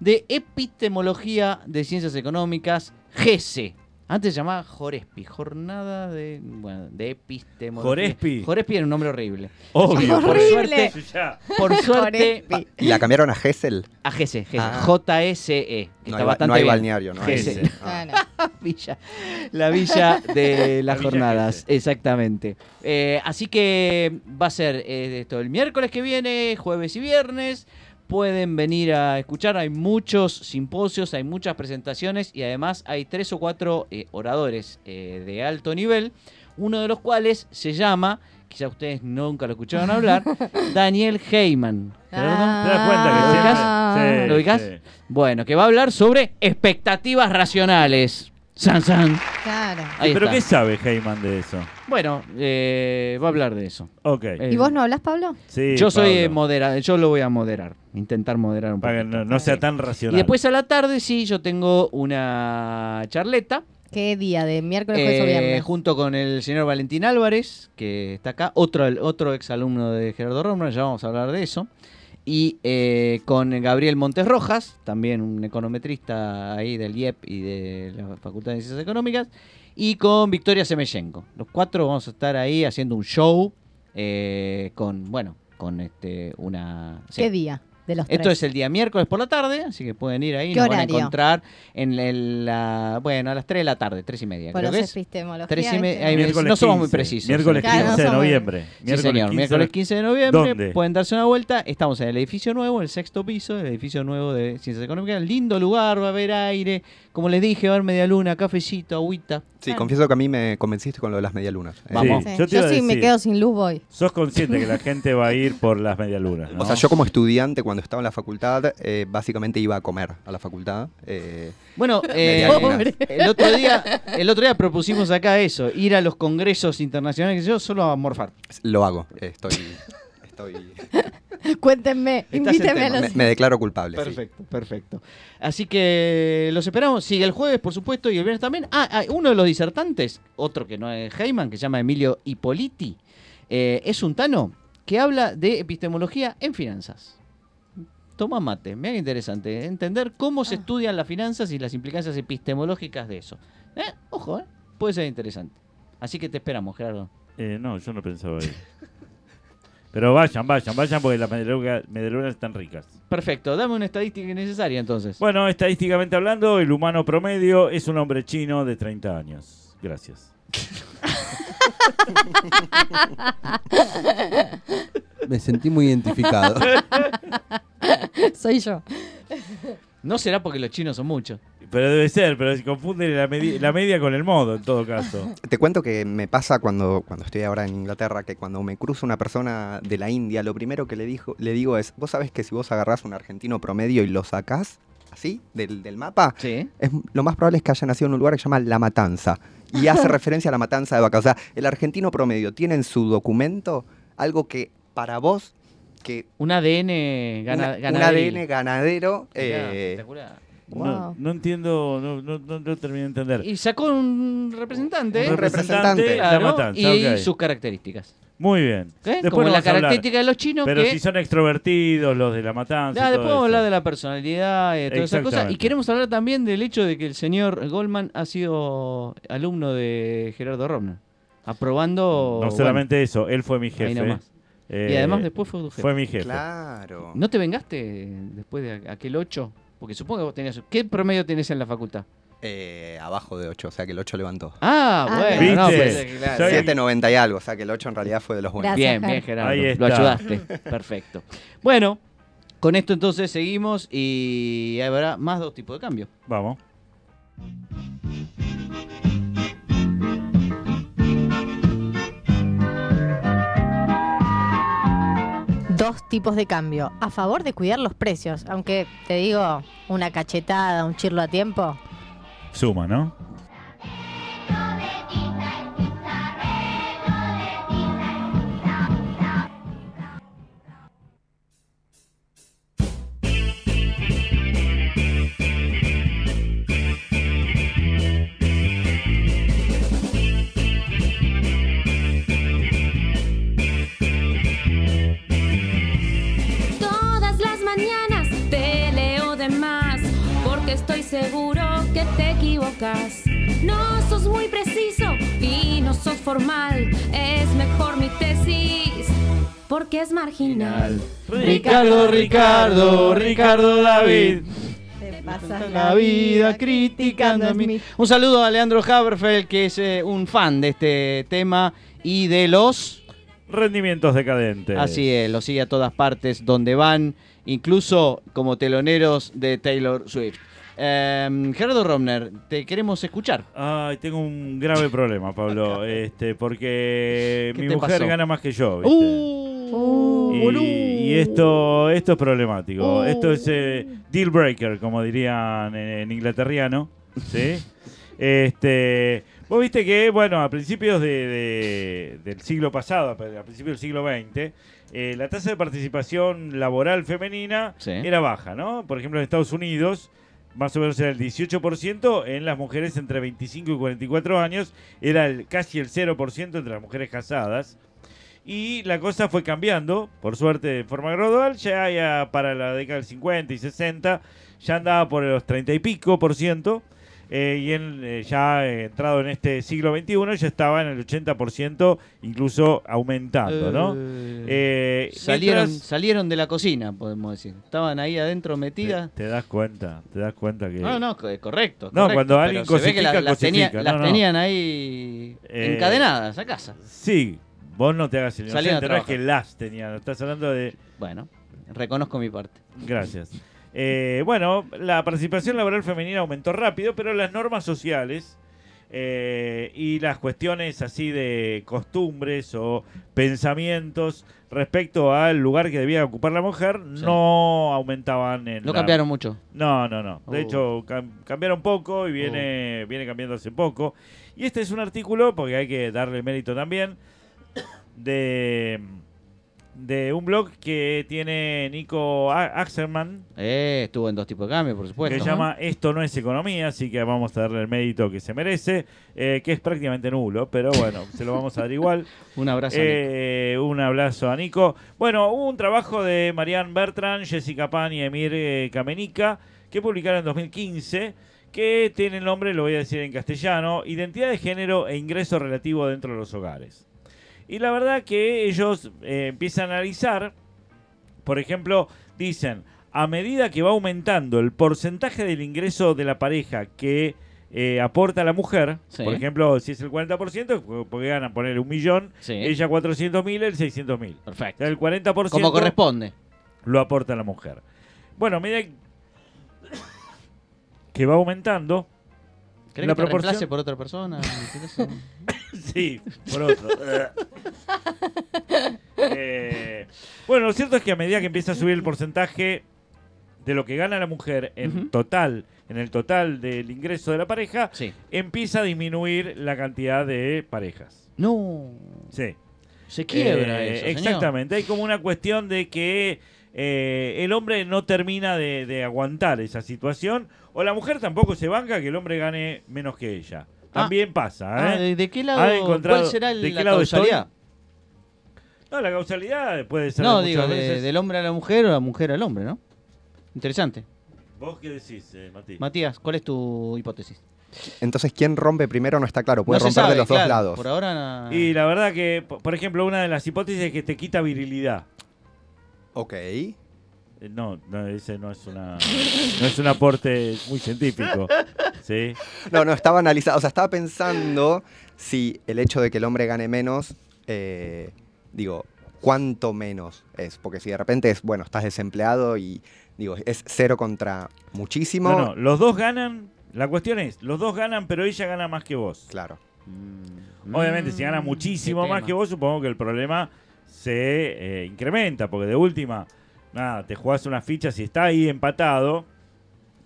de epistemología de ciencias económicas, GESE. Antes se llamaba Jorespi, jornada de, bueno, de epistemología.
Jorespi.
Jorespi era un nombre horrible.
Obvio.
Por
Horrible.
suerte,
Eso ya.
por suerte
Ah,
este.
¿Y la cambiaron a Gesell?
a GESE, GESE,
Ah.
JSE. E que
No
está
hay, ba-
bastante
no hay
bien.
balneario, ¿no? hay-
Gesell.
Ah.
Claro.
villa, la villa de
La
las
villa
jornadas,
Gese.
exactamente. Eh, así que va a ser eh, esto el miércoles que viene, jueves y viernes. Pueden venir a escuchar, hay muchos simposios, hay muchas presentaciones y además hay tres o cuatro eh, oradores eh, de alto nivel, uno de los cuales se llama, quizá ustedes nunca lo escucharon hablar, Daniel Heyman.
Ah.
¿Te das cuenta que
¿Lo ubicás?
siempre- Sí,
¿Lo ubicás?
sí.
Bueno, que va a hablar sobre expectativas racionales. San San.
Claro.
Ahí
¿Pero
está.
qué sabe Heyman de eso?
Bueno, eh, va a hablar de eso.
Ok.
Eh,
¿Y vos no hablas, Pablo?
Sí,
yo soy
Pablo,
eh, modera- yo lo voy a moderar, intentar moderar un poco.
Para que no, no sea tan racional.
Y después a la tarde, sí, yo tengo una charleta
¿Qué día? ¿De miércoles, jueves o
eh,
viernes?
junto con el señor Valentín Álvarez, que está acá, otro, otro exalumno de Gerardo Romero, ya vamos a hablar de eso. Y eh, con Gabriel Montes Rojas, también un econometrista ahí del IEP y de la Facultad de Ciencias Económicas, y con Victoria Semeyenko. Los cuatro vamos a estar ahí haciendo un show eh, con, bueno, con este una... sí.
¿Qué día? De los
Esto
tres.
es el día miércoles por la tarde, así que pueden ir ahí.
¿Qué
Nos van
horario?
a encontrar en el- la, bueno, a las 3 de la tarde, 3 y media.
Por
creo
los
que es.
epistemologías.
Tres y me-
¿viste?
ahí me-
Miércoles
eh, no somos muy
15,
precisos. ¿eh?
Miércoles
Claro, no
15 de
somos-
noviembre.
Sí, señor. Miércoles 15 de noviembre.
¿Dónde?
Pueden darse una vuelta. Estamos en el edificio nuevo, el sexto piso, el edificio nuevo de Ciencias Económicas. Lindo lugar, va a haber aire. Como les dije, va a haber media luna, cafecito, agüita.
Sí,
Claro.
confieso que a mí me convenciste con lo de las medialunas. Eh,
Vamos.
Sí.
Yo
Yo,
te iba a
sí me
decir.
quedo sin luz, voy.
Sos consciente que la gente va a ir por las medialunas, ¿no?
O sea, yo como estudiante cuando estaba en la facultad, eh, básicamente iba a comer a la facultad. eh,
Bueno, eh,
Media luna.
el, otro día, el otro día propusimos acá eso, ir a los congresos internacionales, yo solo a morfar.
lo hago. eh, Estoy. estoy
Cuéntenme,
en
invítenme a
tema.
los...
me, me declaro culpable. sí.
Perfecto, perfecto. Así que los esperamos. Sigue el jueves, por supuesto, y el viernes también. Ah, ah, uno de los disertantes, otro que no es Heyman, que se llama Emilio Ippoliti, eh, es un tano que habla de epistemología en finanzas. Toma mate, mira qué interesante. ¿eh? Entender cómo se
Ah.
estudian las finanzas y las implicancias epistemológicas de eso. Eh, Ojo, eh, puede ser interesante. Así que te esperamos, Gerardo.
Eh, no, yo no pensaba ir. Pero vayan, vayan, vayan porque las medialunas, medialunas están ricas.
Perfecto, dame una estadística necesaria entonces.
Bueno, estadísticamente hablando, el humano promedio es un hombre chino de 30 años. Gracias.
Me sentí muy identificado.
Soy yo.
No será porque los chinos son muchos.
Pero debe ser, pero se confunde la, medi- la media con el modo, en todo caso.
Te cuento que me pasa cuando, cuando estoy ahora en Inglaterra que cuando me cruzo una persona de la India, lo primero que le, dijo, le digo es: Vos sabés que si vos agarrás un argentino promedio y lo sacás así del, del mapa,
Sí.
es, lo más probable es que haya nacido en un lugar que se llama La Matanza. Y hace referencia a la matanza de vacas. O sea, el argentino promedio tiene en su documento algo que para vos, que
Un ADN
una-
gana,
un
ganaderil.
ADN ganadero.
Mirá,
eh,
espectacular.
No,
Wow.
no entiendo, no, no, no, no termino de entender.
Y sacó un representante.
Un
¿eh?
representante,
de la
Claro,
matanza,
y
ok.
sus características.
Muy bien.
¿eh?
Después
Como la
vamos a hablar.
característica de los chinos
Pero
que...
si son extrovertidos, los de la matanza. y
Ah,
todo
después vamos a hablar
eso.
de la personalidad, eh, todas esas cosas. Y
Exactamente.
queremos hablar también del hecho de que el señor Goldman ha sido alumno de Gerardo Romner. Aprobando...
No
bueno,
solamente eso, él fue mi
ahí
jefe.
nomás.
Eh,
y además después fue tu jefe.
fue mi jefe.
Claro.
¿No te vengaste después de aquel 8? Porque supongo que vos tenías... ¿Qué promedio tenés en la facultad?
Eh, abajo de 8, o sea que el 8 levantó.
Ah,
Ah,
bueno.
¿Viste?
no, pues, claro.
Soy-
7.90 y algo, o sea que el 8 en realidad fue de los buenos.
Gracias.
Bien,
Ger.
bien, Gerardo.
Ahí
Lo
está.
ayudaste. Perfecto. Bueno, con esto entonces seguimos y habrá más dos tipos de cambio.
Vamos.
Dos tipos de cambio. A favor de cuidar los precios, aunque te digo, una cachetada, un chirlo a tiempo.
Suma, ¿no?
Todas las mañanas te leo de más, porque estoy seguro que te equivocas. No sos muy preciso y no sos formal, es mejor mi tesis, porque es marginal.
Ricardo, Ricardo, Ricardo David.
Te
La vida criticando a mí. Un saludo a Leandro Haberfeld, que es eh, un fan de este tema y de los.
Rendimientos decadentes.
Así es, lo sigue a todas partes donde van, incluso como teloneros de Taylor Swift. Em, Gerardo Romner, te queremos escuchar.
Ay, tengo un grave problema, Pablo. este, porque
¿Qué
mi
te
mujer
pasó?
gana más que yo. ¿viste?
Uh,
y,
boludo.
y esto, esto es problemático.
Uh.
Esto es eh, deal breaker, como dirían en, en inglaterriano. ¿sí? Este, vos viste que, bueno, a principios de- de- del siglo pasado, a principios del siglo XX, eh, la tasa de participación laboral femenina
Sí.
era baja, ¿no? Por ejemplo, en Estados Unidos, más o menos era el 18%, en las mujeres entre 25 y 44 años era el, casi el 0% entre las mujeres casadas. Y la cosa fue cambiando, por suerte, de forma gradual. Ya, ya para la década del 50 y 60 ya andaba por los 30 y pico por ciento. eh, y en, eh, ya eh, entrado en este siglo XXI ya estaba en el 80%, incluso aumentando, ¿no?
Eh,
Eh,
salieron,
mientras-
salieron de la cocina, podemos decir. Estaban ahí adentro metidas.
te, te das cuenta, te das cuenta que...
No, no, co- eh, correcto.
No,
correcto,
cuando
pero
alguien
se ve que
cosifica,
la- las, tenía-
cosifica,
las
no, no.
tenían ahí
Eh,
encadenadas a casa.
Sí, vos no te hagas el
Salieron a
inocente, no es
trabajar.
que las tenían, estás hablando de...
Bueno, reconozco mi parte.
Gracias. Eh, bueno, la participación laboral femenina aumentó rápido, pero las normas sociales eh, y las cuestiones así de costumbres o pensamientos respecto al lugar que debía ocupar la mujer
Sí.
no aumentaban en
No
la-
cambiaron mucho.
no, no, no. De
Oh.
hecho, cam- cambiaron poco y viene, viene cambiando hace poco. Y este es un artículo, porque hay que darle mérito también, de, de un blog que tiene Nico A- Axelman,
Eh, estuvo en dos tipos de cambio, por supuesto.
que llama Esto no es economía, así que vamos a darle el mérito que se merece, eh, que es prácticamente nulo, pero bueno, se lo vamos a dar igual.
Un abrazo. Nico.
Eh, un abrazo a Nico. Bueno, hubo un trabajo de Marianne Bertrand, Jessica Pan y Emir eh, Kamenika que publicaron en 2015 que tiene el nombre, lo voy a decir en castellano, Identidad de Género e Ingreso Relativo dentro de los hogares. Y la verdad que ellos eh, empiezan a analizar, por ejemplo, dicen, a medida que va aumentando el porcentaje del ingreso de la pareja que eh, aporta la mujer,
Sí.
por ejemplo, si es el 40%, porque ganan poner un millón,
Sí.
ella 400.000, él 600.000. O
Perfecto.
sea, el 40%
Como corresponde.
lo aporta la mujer. Bueno, mira que va aumentando.
¿Crees
la
que te
proporción-
reemplace por otra persona? ¿Qué es eso?
Sí, por otro. Eh, bueno, lo cierto es que a medida que empieza a subir el porcentaje de lo que gana la mujer en
Ujú.
total, en el total del ingreso de la pareja,
Sí.
empieza a disminuir la cantidad de parejas.
No.
Sí.
Se quiebra
Eh,
eso, señor.
Exactamente. Hay como una cuestión de que eh, el hombre no termina de, de aguantar esa situación. O la mujer tampoco se banca que el hombre gane menos que ella. También pasa,
Ah,
¿eh?
¿de, de qué
¿Han
lado,
encontrado-
¿Cuál será el-
de qué
la
lado estoy?
causalidad?
No, la causalidad puede ser
No,
muchas
digo, de-
veces.
del hombre a la mujer o la mujer al hombre, ¿no? Interesante.
¿Vos qué decís, eh, Mati?
Matías, ¿cuál es tu hipótesis?
Entonces, ¿quién rompe primero? No está claro.
No
Puede
se
romper
sabe,
de los
claro,
dos lados.
Por ahora.
Y la verdad que, po- por ejemplo, una de las hipótesis es que te quita virilidad.
Ok.
Eh, No, no, ese no es una no es un aporte muy científico. ¿Sí?
No, no, estaba analizando. O sea, estaba pensando si el hecho de que el hombre gane menos, eh, digo, cuánto menos es. Porque si de repente es, bueno, estás desempleado y, digo, es cero contra muchísimo.
No, no, los dos ganan. La cuestión es, los dos ganan, pero ella gana más que vos.
Claro.
Mm.
Obviamente, si gana
Mm,
muchísimo
qué
más
tema.
que vos, supongo que el problema se eh, incrementa, porque de última, nada, te jugás una ficha, si está ahí empatado,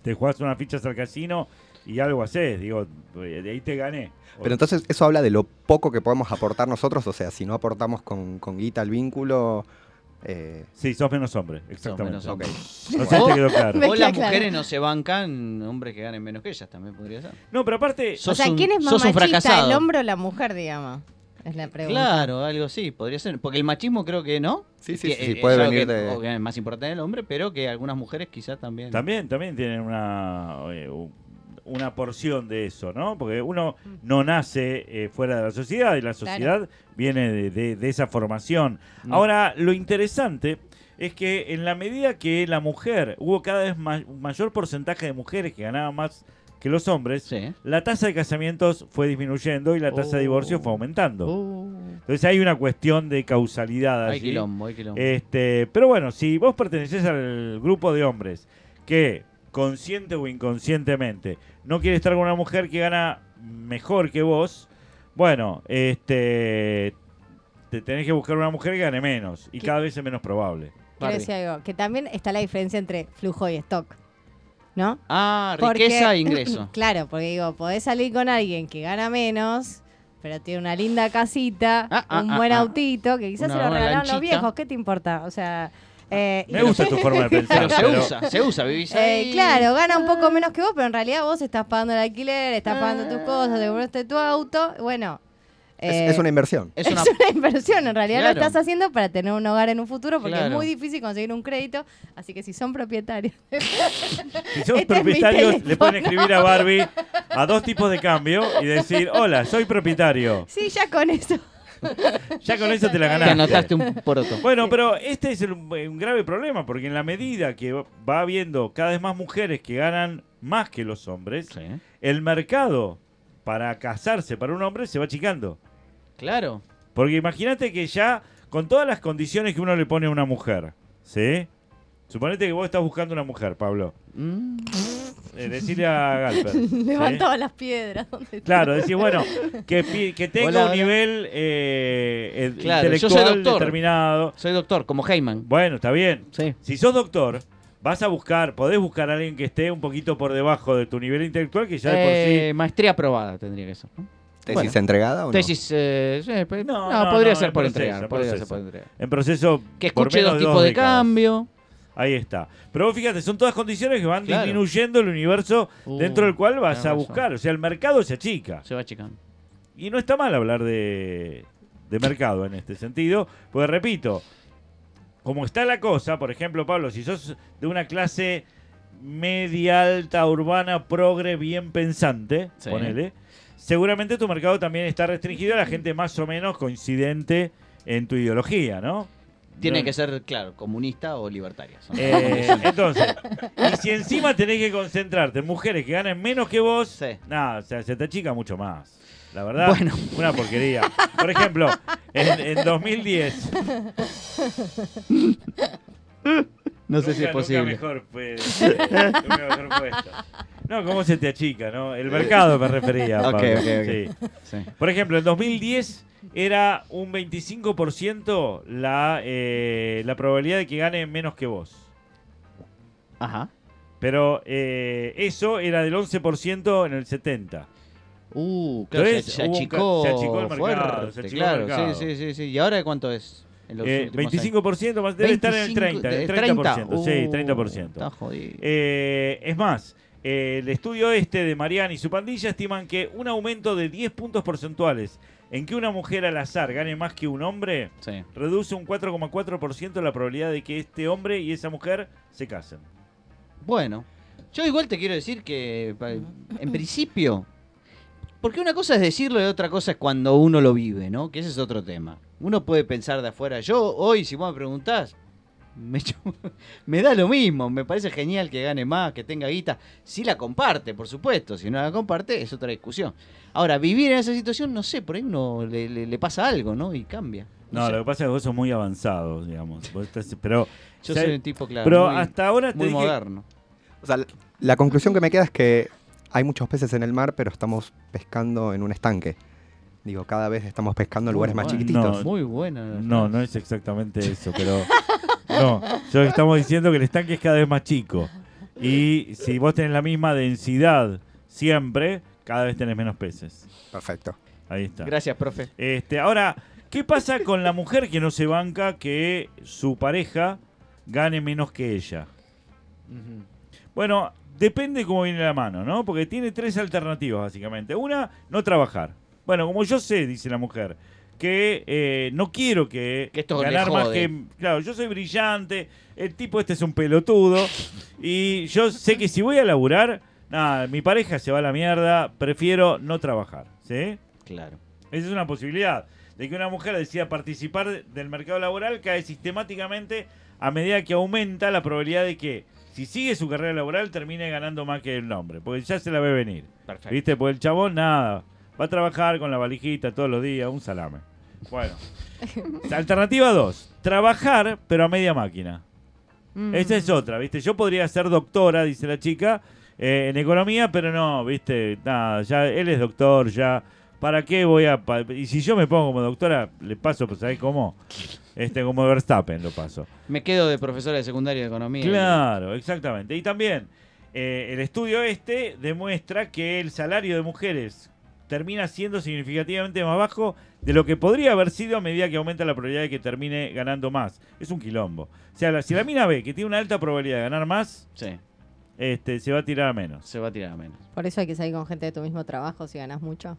te jugás una ficha al casino y algo haces, digo, eh, de ahí te gané.
Pero entonces eso habla de lo poco que podemos aportar nosotros. O sea, si no aportamos con, con guita al vínculo. eh,
Sí, sos menos hombre, exactamente.
menos hombre.
ok.
No sé si te quedó claro.
Me
O las
queda claro.
mujeres no se bancan hombres que ganen menos que ellas, también podría ser.
No, pero aparte,
Eh, O
Sos
sea,
un-
¿quién es
sos
más
un
machista,
fracasado.
el hombre o la mujer, digamos? Es la pregunta.
Claro, algo así, podría ser. Porque el machismo creo que no.
Sí, sí,
Que
sí, sí,
es
puede
algo
venir
que,
de-
obviamente, es más importante en el hombre, pero que algunas mujeres quizás también.
También, también tienen una, eh, u- una porción de eso, ¿no? Porque uno
Mm.
no nace eh, fuera de la sociedad y la sociedad viene de, de- de esa formación.
Mm.
Ahora, lo interesante es que en la medida que la mujer, hubo cada vez ma- un mayor porcentaje de mujeres que ganaban más que los hombres,
Sí.
la tasa de casamientos fue disminuyendo y la tasa de divorcio
Oh.
fue aumentando.
Uh,
Entonces hay una cuestión de causalidad
hay
allí.
quilombo, hay quilombo.
Este, pero bueno, si vos pertenecés al grupo de hombres que consciente o inconscientemente no quiere estar con una mujer que gana mejor que vos, bueno, este te tenés que buscar una mujer que gane menos y
¿Qué?
cada vez es menos probable.
Quiero decir algo, que también está la diferencia entre flujo y stock.
¿no?
Ah,
Porque-
riqueza e ingreso.
claro, porque digo, podés salir con alguien que gana menos, pero tiene una linda casita,
Ah, ah,
un
ah,
buen
ah.
autito, que quizás
Una
se lo
buena
regalaron los
lanchita.
viejos, ¿qué te importa? O sea, eh,
Me gusta tu forma de pensar.
Pero se
pero-
usa, se usa, vivís
eh,
ahí.
claro, gana un poco menos que vos, pero en realidad vos estás pagando el alquiler, estás pagando tus cosas, te compraste tu auto, bueno.
Es-
eh,
es una inversión.
Es una...
es una inversión, en realidad
Claro.
lo estás haciendo para tener un hogar en un futuro porque
Claro.
es muy difícil conseguir un crédito, así que si son propietarios
Si sos
Este es mi
propietarios, le
teléfono.
pueden escribir a Barbie a dos tipos de cambio y decir, hola, soy propietario.
Sí, ya con eso.
Ya con eso te la
Te
ganaste.
anotaste un poroto.
Bueno, pero este es el- un grave problema, porque en la medida que va habiendo cada vez más mujeres que ganan más que los hombres,
Sí.
el mercado para casarse para un hombre se va achicando.
Claro.
Porque imagínate que ya, con todas las condiciones que uno le pone a una mujer, ¿sí? Suponete que vos estás buscando una mujer, Pablo.
Mm.
Eh, decirle a Galper. ¿sí?
Levantaba las piedras. ¿dónde está?
Claro, decir, bueno, que, pi- que tenga
Hola,
un
hola.
nivel eh, eh,
Claro, yo soy
intelectual
doctor.
determinado.
Soy doctor, como Heyman.
Bueno, está bien.
Sí.
Si sos doctor, vas a buscar, podés buscar a alguien que esté un poquito por debajo de tu nivel intelectual, que ya de por sí...
Eh, Maestría aprobada tendría que ser. ¿no?
¿Tesis
Bueno.
entregada o no?
Tesis. eh, sí, pe-
No,
no,
no,
podría
no,
ser
en
por
proceso, en
entregar. Podría ser
proceso.
por entregar.
En proceso.
Que
por
escuche
menos
dos
de
tipos de
décadas.
cambio.
Ahí está. Pero vos fíjate, son todas condiciones que van
Claro.
disminuyendo el universo
Uh,
dentro del cual vas
tenés
a
razón.
buscar. O sea, el mercado se achica.
Se va chicando.
Y no está mal hablar de, de mercado en este sentido, pues repito, como está la cosa, por ejemplo, Pablo, si sos de una clase media alta, urbana, progre, bien pensante,
Sí.
ponele, seguramente tu mercado también está restringido a la gente más o menos coincidente en tu ideología, ¿no?
Tiene
No-
que ser, claro, comunista o libertaria. Son las
Eh,
condiciones.
entonces, y si encima tenés que concentrarte en mujeres que ganen menos que vos,
Sí.
nada, o sea, se te achica mucho más. La verdad,
Bueno.
una porquería. Por ejemplo, en, en 2010.
no sé si
Nunca-
es posible.
Nunca mejor, fue- eh, nunca mejor puesto. No, ¿cómo se te achica? no? El mercado me refería.
Ok,
Pablo.
ok, ok.
Sí.
Sí. Por ejemplo, en 2010 era un 25% la, eh, la probabilidad de que gane menos que vos.
Ajá.
Pero eh, eso era del 11% en el 70.
Uh, claro, se-
Entonces,
se,
hubo un
achicó
ca- se achicó el mercado,
fuerte,
se achicó el
claro.
mercado.
Sí, sí, sí, sí. ¿Y ahora cuánto es? En los
Eh,
últimos años?
25% más debe estar en el 30, en el 30%, sí,
eh,
30%.
Uh, Está jodido.
Eh, es más, eh, el estudio este de Mariana y su pandilla estiman que un aumento de 10 puntos porcentuales en que una mujer al azar gane más que un hombre
sí.
reduce un 4,4% la probabilidad de que este hombre y esa mujer se casen.
Bueno, yo igual te quiero decir que pa- en principio, porque una cosa es decirlo y otra cosa es cuando uno lo vive, ¿no? Que ese es otro tema. Uno puede pensar de afuera. Yo hoy, si vos me preguntás, me, chu- me da lo mismo. Me parece genial que gane más, que tenga guita. Si la comparte, por supuesto. Si no la comparte, es otra discusión. Ahora, vivir en esa situación, no sé, por ahí uno le, le- le pasa algo, ¿no? Y cambia.
No,
sé.
lo que pasa es que vos sos muy avanzado, digamos. Vos estás- pero
yo
o sea,
soy un tipo, claro,
pero
muy,
hasta ahora te
muy
dije-
moderno.
O sea, la- la conclusión que me queda es que hay muchos peces en el mar, pero estamos pescando en un estanque. Digo, cada vez estamos pescando en lugares más
Bueno,
chiquititos.
no,
Muy buena. la
No,
frase.
no es exactamente eso, pero. No, yo estamos diciendo que el estanque es cada vez más chico. Y si vos tenés la misma densidad siempre, cada vez tenés menos peces.
Perfecto.
Ahí está.
Gracias, profe.
Este, ahora, ¿qué pasa con la mujer que no se banca que su pareja gane menos que ella? Bueno, depende cómo viene la mano, ¿no? Porque tiene tres alternativas, básicamente. Una, no trabajar. Bueno, como yo sé, dice la mujer, que eh, no quiero que,
Que esto le
ganar más
jode.
que... Claro, yo soy brillante, el tipo este es un pelotudo, y yo sé que si voy a laburar, nada, mi pareja se va a la mierda, prefiero no trabajar, ¿sí?
Claro.
Esa es una posibilidad. De que una mujer decida participar del mercado laboral cae sistemáticamente a medida que aumenta la probabilidad de que, si sigue su carrera laboral, termine ganando más que el hombre. Porque ya se la ve venir.
Perfecto.
¿Viste? Porque el chabón, nada. Va a trabajar con la valijita todos los días, un salame. Bueno. Alternativa 2. Trabajar, pero a media máquina. Esa es otra, ¿viste? Yo podría ser doctora, dice la chica, eh, en economía, pero no, ¿viste? Nada, ya él es doctor, ya. ¿Para qué voy a.? pa- y si yo me pongo como doctora, le paso, pues, ¿sabés cómo? Este, como Verstappen lo paso.
Me quedo de profesora de secundaria de economía.
Claro, exactamente. Y también, Eh, el estudio este demuestra que el salario de mujeres termina siendo significativamente más bajo de lo que podría haber sido a medida que aumenta la probabilidad de que termine ganando más. Es un quilombo. O sea, la- si la mina ve que tiene una alta probabilidad de ganar más,
Sí,
este, se va a tirar a menos.
se va a tirar a menos.
Por eso hay que salir con gente de tu mismo trabajo si ganas mucho.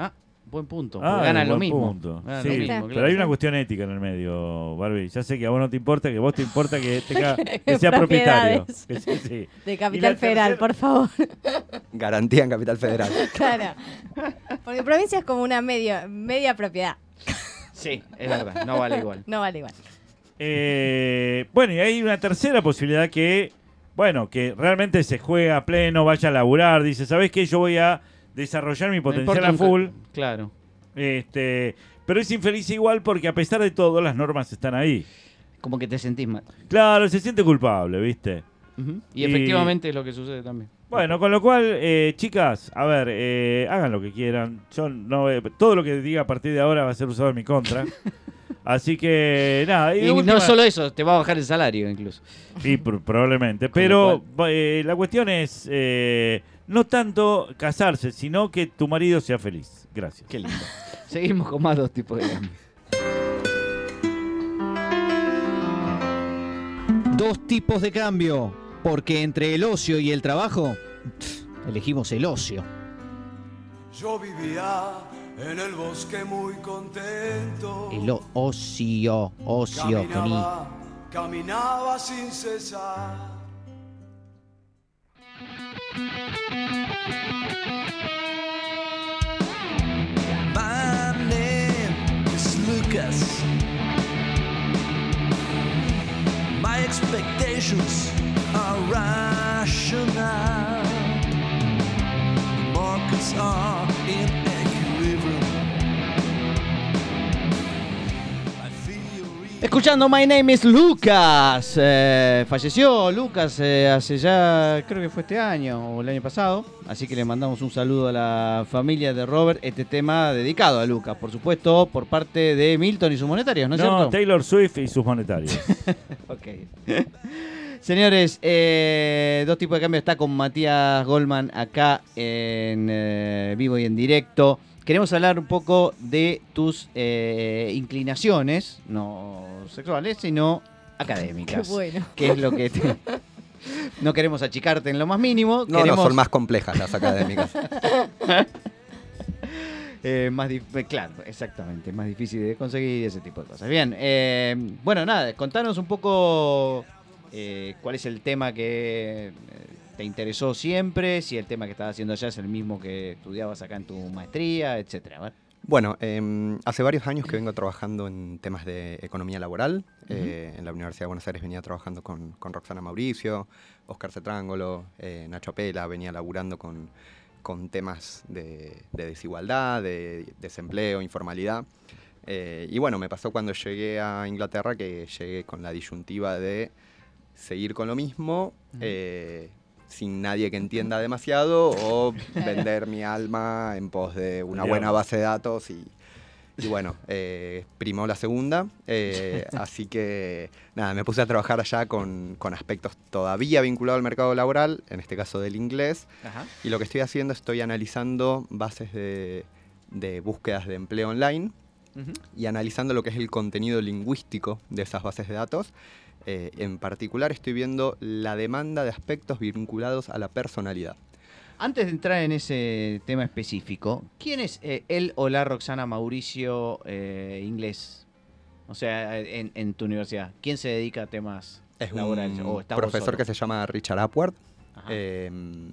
Ah, buen punto.
Ah,
porque ganan lo
buen
mismo.
punto.
Ganan
Sí,
lo mismo,
pero
claro.
hay una cuestión ética en el medio, Barbie. Ya sé que a vos no te importa, que a vos te importa que, tenga, que sea propietario.
Propiedades.
Que sí, sí.
De
Y la
Capital Federal,
tercera-
por favor.
Garantía en Capital Federal.
Claro. Porque provincia es como una medio, media propiedad.
Sí, es verdad. No vale igual.
No vale igual.
Eh, bueno, y hay una tercera posibilidad que, bueno, que realmente se juega a pleno, vaya a laburar, dice, ¿sabes qué? Yo voy a desarrollar mi
No
potencial
importa
a
un ca-
full.
Claro.
Este, pero es infeliz igual porque a pesar de todo las normas están ahí.
Como que te sentís mal.
Claro, se siente culpable, ¿viste?
Ujú.
Y-
Y efectivamente es lo que sucede también.
Bueno, con lo cual, eh, chicas, a ver, eh, hagan lo que quieran. Yo no, eh, todo lo que diga a partir de ahora va a ser usado en mi contra. Así que, nada.
Y
de
no
última-
solo eso, te va a bajar el salario incluso.
Y pr- probablemente.
Con lo
Pero eh, la cuestión es eh, no tanto casarse, sino que tu marido sea feliz. Gracias.
Qué lindo. Seguimos con más dos tipos de cambio.
Dos tipos de cambio, porque entre el ocio y el trabajo, elegimos el ocio.
Yo vivía en el bosque muy contento.
ocio,
caminaba, caminaba sin cesar. My name is Lucas. My expectations are rational. Markets are in equilibrium. I feel
Escuchando My Name is Lucas. Eh, falleció Lucas eh, hace ya, creo que fue este año o el año pasado. Así que le mandamos un saludo a la familia de Robert. Este tema dedicado a Lucas, por supuesto, por parte de Milton y sus monetarios, ¿no
No,
es cierto?
Taylor Swift y sus monetarios.
Ok. Señores, eh, dos tipos de cambio está con Matías Goldman acá en eh, vivo y en directo. Queremos hablar un poco de tus eh, inclinaciones, no sexuales, sino
Qué
académicas.
bueno.
Que es lo que te- no queremos achicarte en lo más mínimo.
No,
queremos
no, son más complejas las académicas.
Eh, más dif- eh, claro, exactamente, más difícil de conseguir y ese tipo de cosas. Bien, eh, bueno, nada, contanos un poco eh, cuál es el tema que eh, te interesó siempre, si el tema que estabas haciendo allá es el mismo que estudiabas acá en tu maestría, etcétera. ¿vale?
Bueno, em, hace varios años que vengo trabajando en temas de economía laboral. Eh, en la Universidad de Buenos Aires venía trabajando con, con Roxana Mauricio, Oscar Cetrángolo, eh, Nacho Pela, venía laburando con, con temas de, de desigualdad, de desempleo, informalidad. Eh, y bueno, me pasó cuando llegué a Inglaterra que llegué con la disyuntiva de seguir con lo mismo. eh, sin nadie que entienda demasiado o vender mi alma en pos de una
Bien.
buena base de datos y, y bueno, eh, primó la segunda, eh, así que nada, me puse a trabajar allá con, con aspectos todavía vinculados al mercado laboral, en este caso del inglés, y lo que estoy haciendo, estoy analizando bases de, de búsquedas de empleo online
Ujú.
y analizando lo que es el contenido lingüístico de esas bases de datos. Eh, en particular estoy viendo la demanda de aspectos vinculados a la personalidad.
Antes de entrar en ese tema específico, ¿quién es eh, él o la Roxana Mauricio eh, inglés? O sea, en, en tu universidad, ¿quién se dedica a temas
Es
laborales?
un
¿O estás vos
profesor
solo?
que se llama Richard Upward.
Ajá.
Em,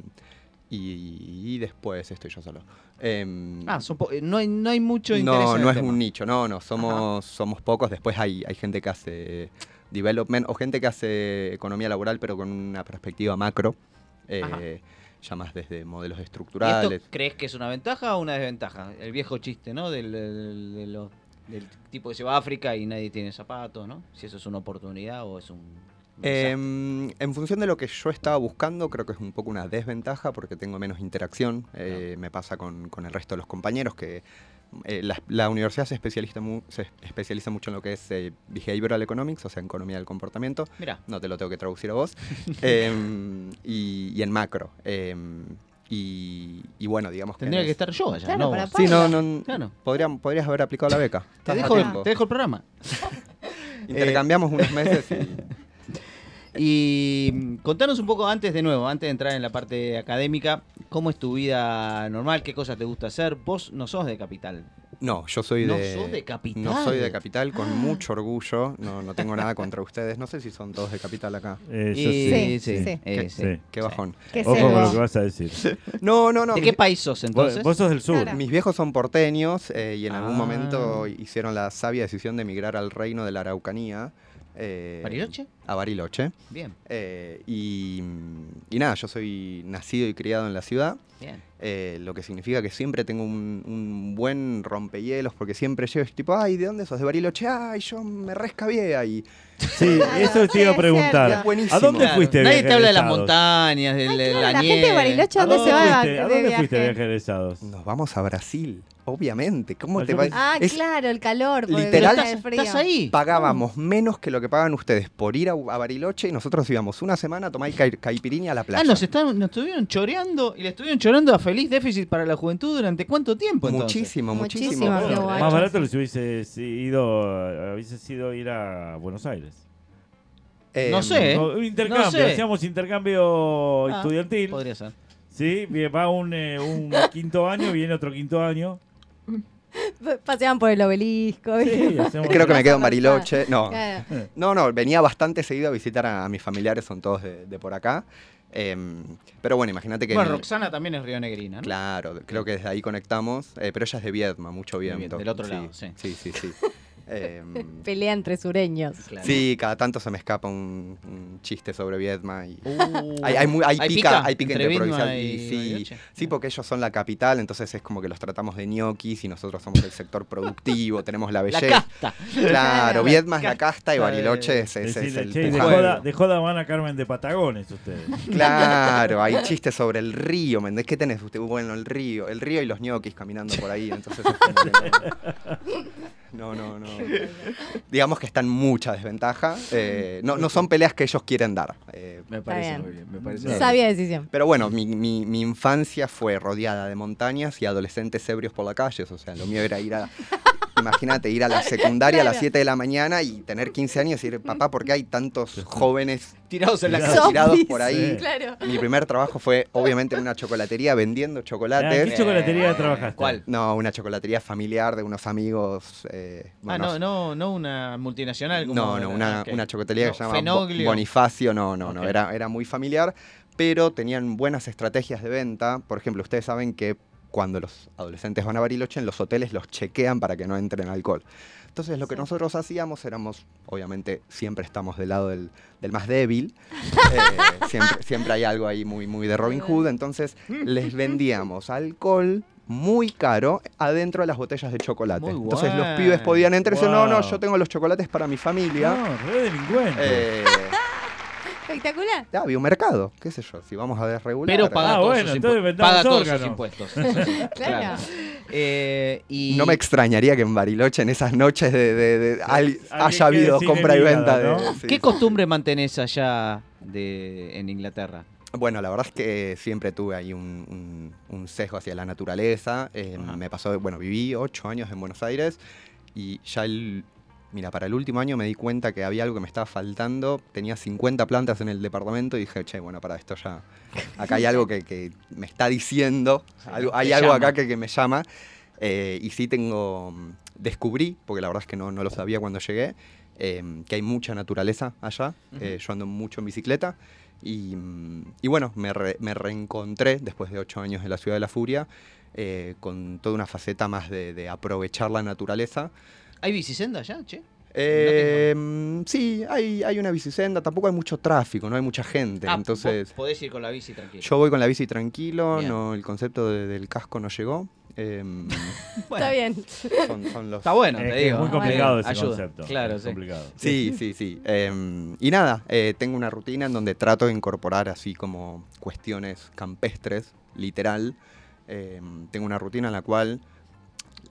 y, y después estoy yo solo. Em,
Ah, son po- eh, no, hay, no hay mucho interés.
no,
en
no
el
es
tema.
un nicho, no, no, somos, somos pocos. Después hay, hay gente que hace development o gente que hace economía laboral, pero con una perspectiva macro.
Ajá.
eh, ya más desde modelos
¿Y esto
estructurales.
crees que es una ventaja o una desventaja? El viejo chiste, ¿no? Del, del- de lo- del tipo que se va a África y nadie tiene zapatos, ¿no? Si eso es una oportunidad o es un... un desastre.
Em, en función de lo que yo estaba buscando, creo que es un poco una desventaja porque tengo menos interacción. Eh, Me pasa con, con el resto de los compañeros que eh, la, la universidad se, especialista mu- se especializa mucho en lo que es eh, behavioral economics, o sea, en economía del comportamiento.
Mirá.
No te lo tengo que traducir a vos. Em, y, y en macro. Em, y, y bueno, digamos que... en
Tendría que
es-
estar yo allá,
Claro,
no
para
vos.
Sí, no, no,
Claro.
podrían- podrías haber aplicado la beca.
Te
Estás a
dejo,
tiempo.
te dejo el programa.
Intercambiamos unos meses y...
Y mm, contanos un poco antes de nuevo, antes de entrar en la parte académica, ¿cómo es tu vida normal? ¿Qué cosas te gusta hacer? Vos no sos de capital.
No, yo soy
No
de.
sos de Capital. Ah.
No soy de Capital, con mucho orgullo. No, no tengo nada contra ustedes. No sé si son todos de Capital acá.
Eh, yo
Y-
sí.
Sí, sí.
eh,
Sí.
sí.
Qué bajón.
¿Qué
Ojo con lo
sesgo?
que vas a decir.
No, no, no.
¿De
mis,
qué país sos
Vos,
entonces?
vos sos del sur.
Claro.
mis viejos son porteños eh, y en algún
Ah.
momento hicieron la sabia decisión de emigrar al reino de la Araucanía. eh,
¿Bariloche?
A Bariloche.
Bien,
Eh, y, y nada, yo soy nacido y criado en la ciudad.
bien.
eh, lo que significa que siempre tengo un, un buen rompehielos, porque siempre llego es tipo, ay, ¿de dónde sos? De Bariloche, ay, yo me rescabía y
Sí, eso te iba
Ah,
a
es
preguntar.
cierto.
Buenísimo.
¿A dónde
Claro,
fuiste?
Nadie
viaje
te habla de las
egresados?
montañas, de la,
Claro, la
nieve.
gente de Bariloche, ¿a
¿A
dónde se va?
fuiste? ¿A
de
dónde fuiste de
viaje?
viaje egresados?
Nos vamos a Brasil, obviamente. ¿Cómo
Ah,
te
yo
va?
pensé-
Ah,
Es-
claro, el calor. porque
Literal.
venía
¿Estás,
el frío.
estás ahí?
Pagábamos menos que lo que pagan ustedes por ir a, a Bariloche y nosotros íbamos una semana a tomar cai- caipirinha a la playa.
Ah, nos, están, nos estuvieron choreando y le estuvieron choreando a Feliz Déficit para la Juventud durante cuánto tiempo entonces?
muchísimo, muchísimo.
Muchísimo,
Bueno,
qué guay.
Más barato les hubieses ido, hubiese sido ir a Buenos Aires.
eh,
No sé. ¿Eh?
No, un intercambio,
No sé.
hacíamos intercambio
Ah,
estudiantil.
Podría ser.
Sí, bien, va un, eh, un quinto año, viene otro quinto año.
Paseaban por el obelisco.
Sí,
¿viste?
hacemos-
Creo que me quedo en Bariloche. No,
Claro.
no, no, venía bastante seguido a visitar a, a mis familiares, son todos de, de por acá. Em, pero bueno, imagínate que...
Bueno,
en-
Roxana también es rionegrina, ¿no?
Claro, creo que desde ahí conectamos. eh, pero ella es de Viedma, mucho
De Vied-
viento.
del otro lado, sí.
Sí, sí, sí. Em,
Pelea entre sureños.
Claro.
sí, cada tanto se me escapa un, un chiste sobre Viedma y...
Uh,
Hay, hay, muy- hay
¿Hay
pica,
pica
hay pica
entre Vilma
improvisada.
y
Y sí,
Bariloche?
sí, porque ellos son la capital, entonces es como que los tratamos de ñoquis y nosotros somos el sector productivo, tenemos
la
la belleza.
casta.
Claro, Viedma es la
casta
casta y
de-
Bariloche es, es- es
Decirle,
el
che, de
pujante.
joda, de joda van a Carmen de Patagones ustedes.
Claro, hay chistes sobre el río, ¿me entendés? ¿Qué tenés usted? Bueno, el río, el río y los ñoquis caminando por ahí, entonces es como que no. No, no, no. Digamos que están mucha desventaja. eh, no, no son peleas que ellos quieren dar. eh,
Me
parece
parece
bien.
muy
muy
bien,
Sabia decisión.
Pero bueno, mi, mi- mi infancia fue rodeada de montañas y adolescentes ebrios por la calle. O sea, lo mío era ir a. Imagínate, ir a la secundaria a las
Claro.
7 de la mañana y tener 15 años y decir, papá, ¿por qué hay tantos jóvenes
Tirados en la
Tirados.
casta.
Zombies.
tirados por ahí?
Claro.
Mi primer trabajo fue, obviamente, en una chocolatería
Ah,
vendiendo
¿En qué
chocolates. Eh,
chocolatería trabajaste?
¿Cuál?
No, una chocolatería familiar de unos amigos. eh,
Ah, no,
bueno,
no, no una multinacional. Como
no, no, una,
ok.
una chocolatería
No,
que se llama Bo-
Fenoglio.
Bonifacio, no, no,
Ok.
no, era, era muy familiar, pero tenían buenas estrategias de venta. Por ejemplo, ustedes saben que cuando los adolescentes van a Bariloche, en los hoteles los chequean para que no entren alcohol. Entonces, lo que
Sí.
nosotros hacíamos éramos, obviamente, siempre estamos del lado del, del más débil. eh, siempre, siempre hay algo ahí muy, muy de Robin Hood. Entonces, les vendíamos alcohol muy caro adentro de las botellas de chocolate.
Muy
Entonces, los
bueno.
pibes podían entrar y decir, no, no,
Wow.
yo tengo los chocolates para mi familia.
No, re delincuente.
Eh,
Espectacular.
ya, había un mercado, qué sé yo, si vamos a desregular.
Pero paga
Ah,
todos,
bueno,
sus,
entonces
impu-
vendamos
paga todos sus
órganos.
impuestos. Eso sí,
Claro.
Eh, y
No me extrañaría que en Bariloche en esas noches de, de- de- al-
que
haya habido
sigue
compra y
ligado,
venta de...
¿no?
sí,
¿Qué
sí.
costumbre mantenés allá de, en Inglaterra?
Bueno, la verdad es que siempre tuve ahí un, un- un sesgo hacia la naturaleza. eh,
Ajá.
me pasó, bueno, viví ocho años en Buenos Aires y ya el... Mira, para el último año me di cuenta que había algo que me estaba faltando. Tenía 50 plantas en el departamento y dije, che, bueno, para esto ya... Acá hay algo que, que me está diciendo, algo-
te
hay algo
llama.
acá que, que me llama. Eh, y sí tengo... mm, Descubrí, porque la verdad es que no, no lo sabía cuando llegué, eh, que hay mucha naturaleza allá. Eh, yo ando mucho en bicicleta. Y, mm, y bueno, me, re- me reencontré después de ocho años en la Ciudad de la Furia eh, con toda una faceta más de, de aprovechar la naturaleza.
¿Hay bicisenda allá, che?
Eh, mm, sí, hay, hay una bicisenda, tampoco hay mucho tráfico, no hay mucha gente.
Ah,
entonces,
vos podés ir con la bici tranquilo.
yo voy con la bici tranquilo,
Bien.
no, el concepto de- del casco no llegó. em,
Bueno,
Está bien.
son- son los-
Está bueno,
Es
te
que
digo. eh,
es muy
Bueno,
complicado ese
ayuda.
concepto.
Claro,
es
sí.
complicado.
Sí, sí, sí. Em, y nada, eh, tengo una rutina en donde trato de incorporar así como cuestiones campestres, literal. Em, tengo una rutina en la cual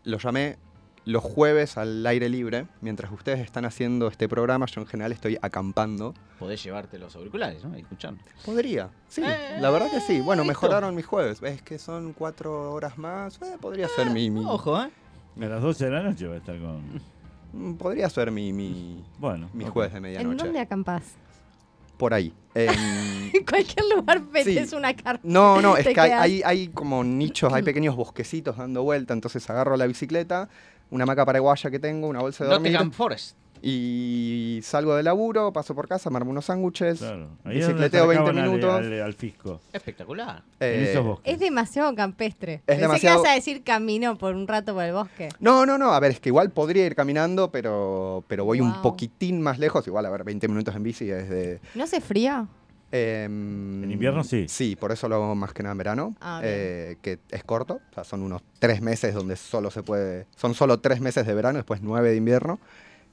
lo llamé los jueves al aire libre. Mientras ustedes están haciendo este programa, yo en general estoy acampando.
Podés llevarte los auriculares, ¿no? Y escuchar.
Podría, sí,
Eh,
la verdad que sí. Bueno,
listo.
mejoraron mis jueves. Es que son cuatro horas más. eh, podría ser mi, mi-
Ojo, ¿eh?
A las 12 de la noche va a estar con.
mm, Podría ser mi, mi,
Bueno.
mi
ok.
jueves de
¿En dónde
medianoche.
acampás?
Por ahí. Em,
En cualquier lugar metes
Sí.
una carpa.
No, no, es
Te
que hay,
quedas. Mm.
hay, hay como nichos, hay pequeños bosquecitos dando vuelta, entonces agarro la bicicleta, una maca paraguaya que tengo, una bolsa de dormir
Nottingham Forest.
y salgo del laburo, paso por casa, me armo unos sándwiches,
Claro. Ahí es donde
bicicleteo 20
sacaban al-
minutos.
Al, al fisco.
Espectacular.
En
eh,
esos bosques.
Es demasiado campestre. Pensé
demasiado-
que vas a decir camino por un rato por el bosque.
no, no, no, a ver, es que igual podría ir caminando, pero, pero voy un
Wow.
poquitín más lejos, igual, a ver, 20 minutos en bici desde...
¿No se fría?
¿En
invierno sí?
Em, Sí, por eso lo hago más que nada en verano,
Ah, bien.
eh, que es corto, o sea, son unos tres meses donde solo se puede, son solo tres meses de verano, después nueve de invierno,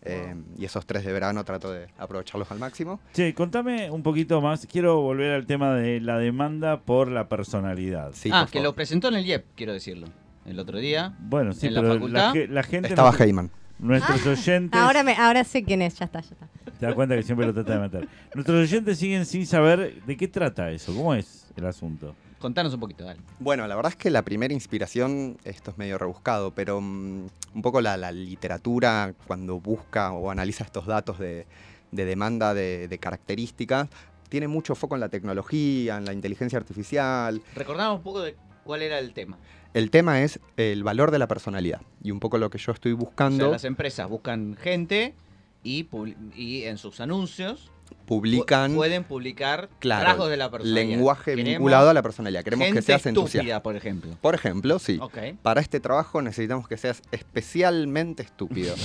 eh, y esos tres de verano trato de aprovecharlos al máximo.
Che, contame un poquito más. Quiero volver al tema de la demanda por la personalidad.
Sí,
ah,
por
que
favor.
lo presentó en el IEP, quiero decirlo. El otro día.
Bueno, sí,
¿En la
pero
facultad?
ge- la gente.
Estaba
nos-
Heyman.
Nuestros oyentes.
Ahora, me, ahora sé quién es, ya está, ya está.
Te das cuenta que siempre lo trata de matar. Nuestros oyentes siguen sin saber de qué trata eso. ¿Cómo es el asunto?
Contanos un poquito, dale.
Bueno, la verdad es que la primera inspiración, esto es medio rebuscado, pero mm, un poco la, la literatura cuando busca o analiza estos datos de, de demanda de, de características, tiene mucho foco en la tecnología, en la inteligencia artificial.
Recordamos un poco de cuál era el tema.
El tema es el valor de la personalidad y un poco lo que yo estoy
O
buscando.
sea, las empresas buscan gente y, publi- y en sus anuncios
publican
pu- pueden publicar
claro,
rasgos de la persona.
lenguaje vinculado a la personalidad. Queremos
gente
que seas entusiasta.
estúpida, por ejemplo.
Por ejemplo, sí.
Ok.
Para este trabajo necesitamos que seas especialmente estúpido.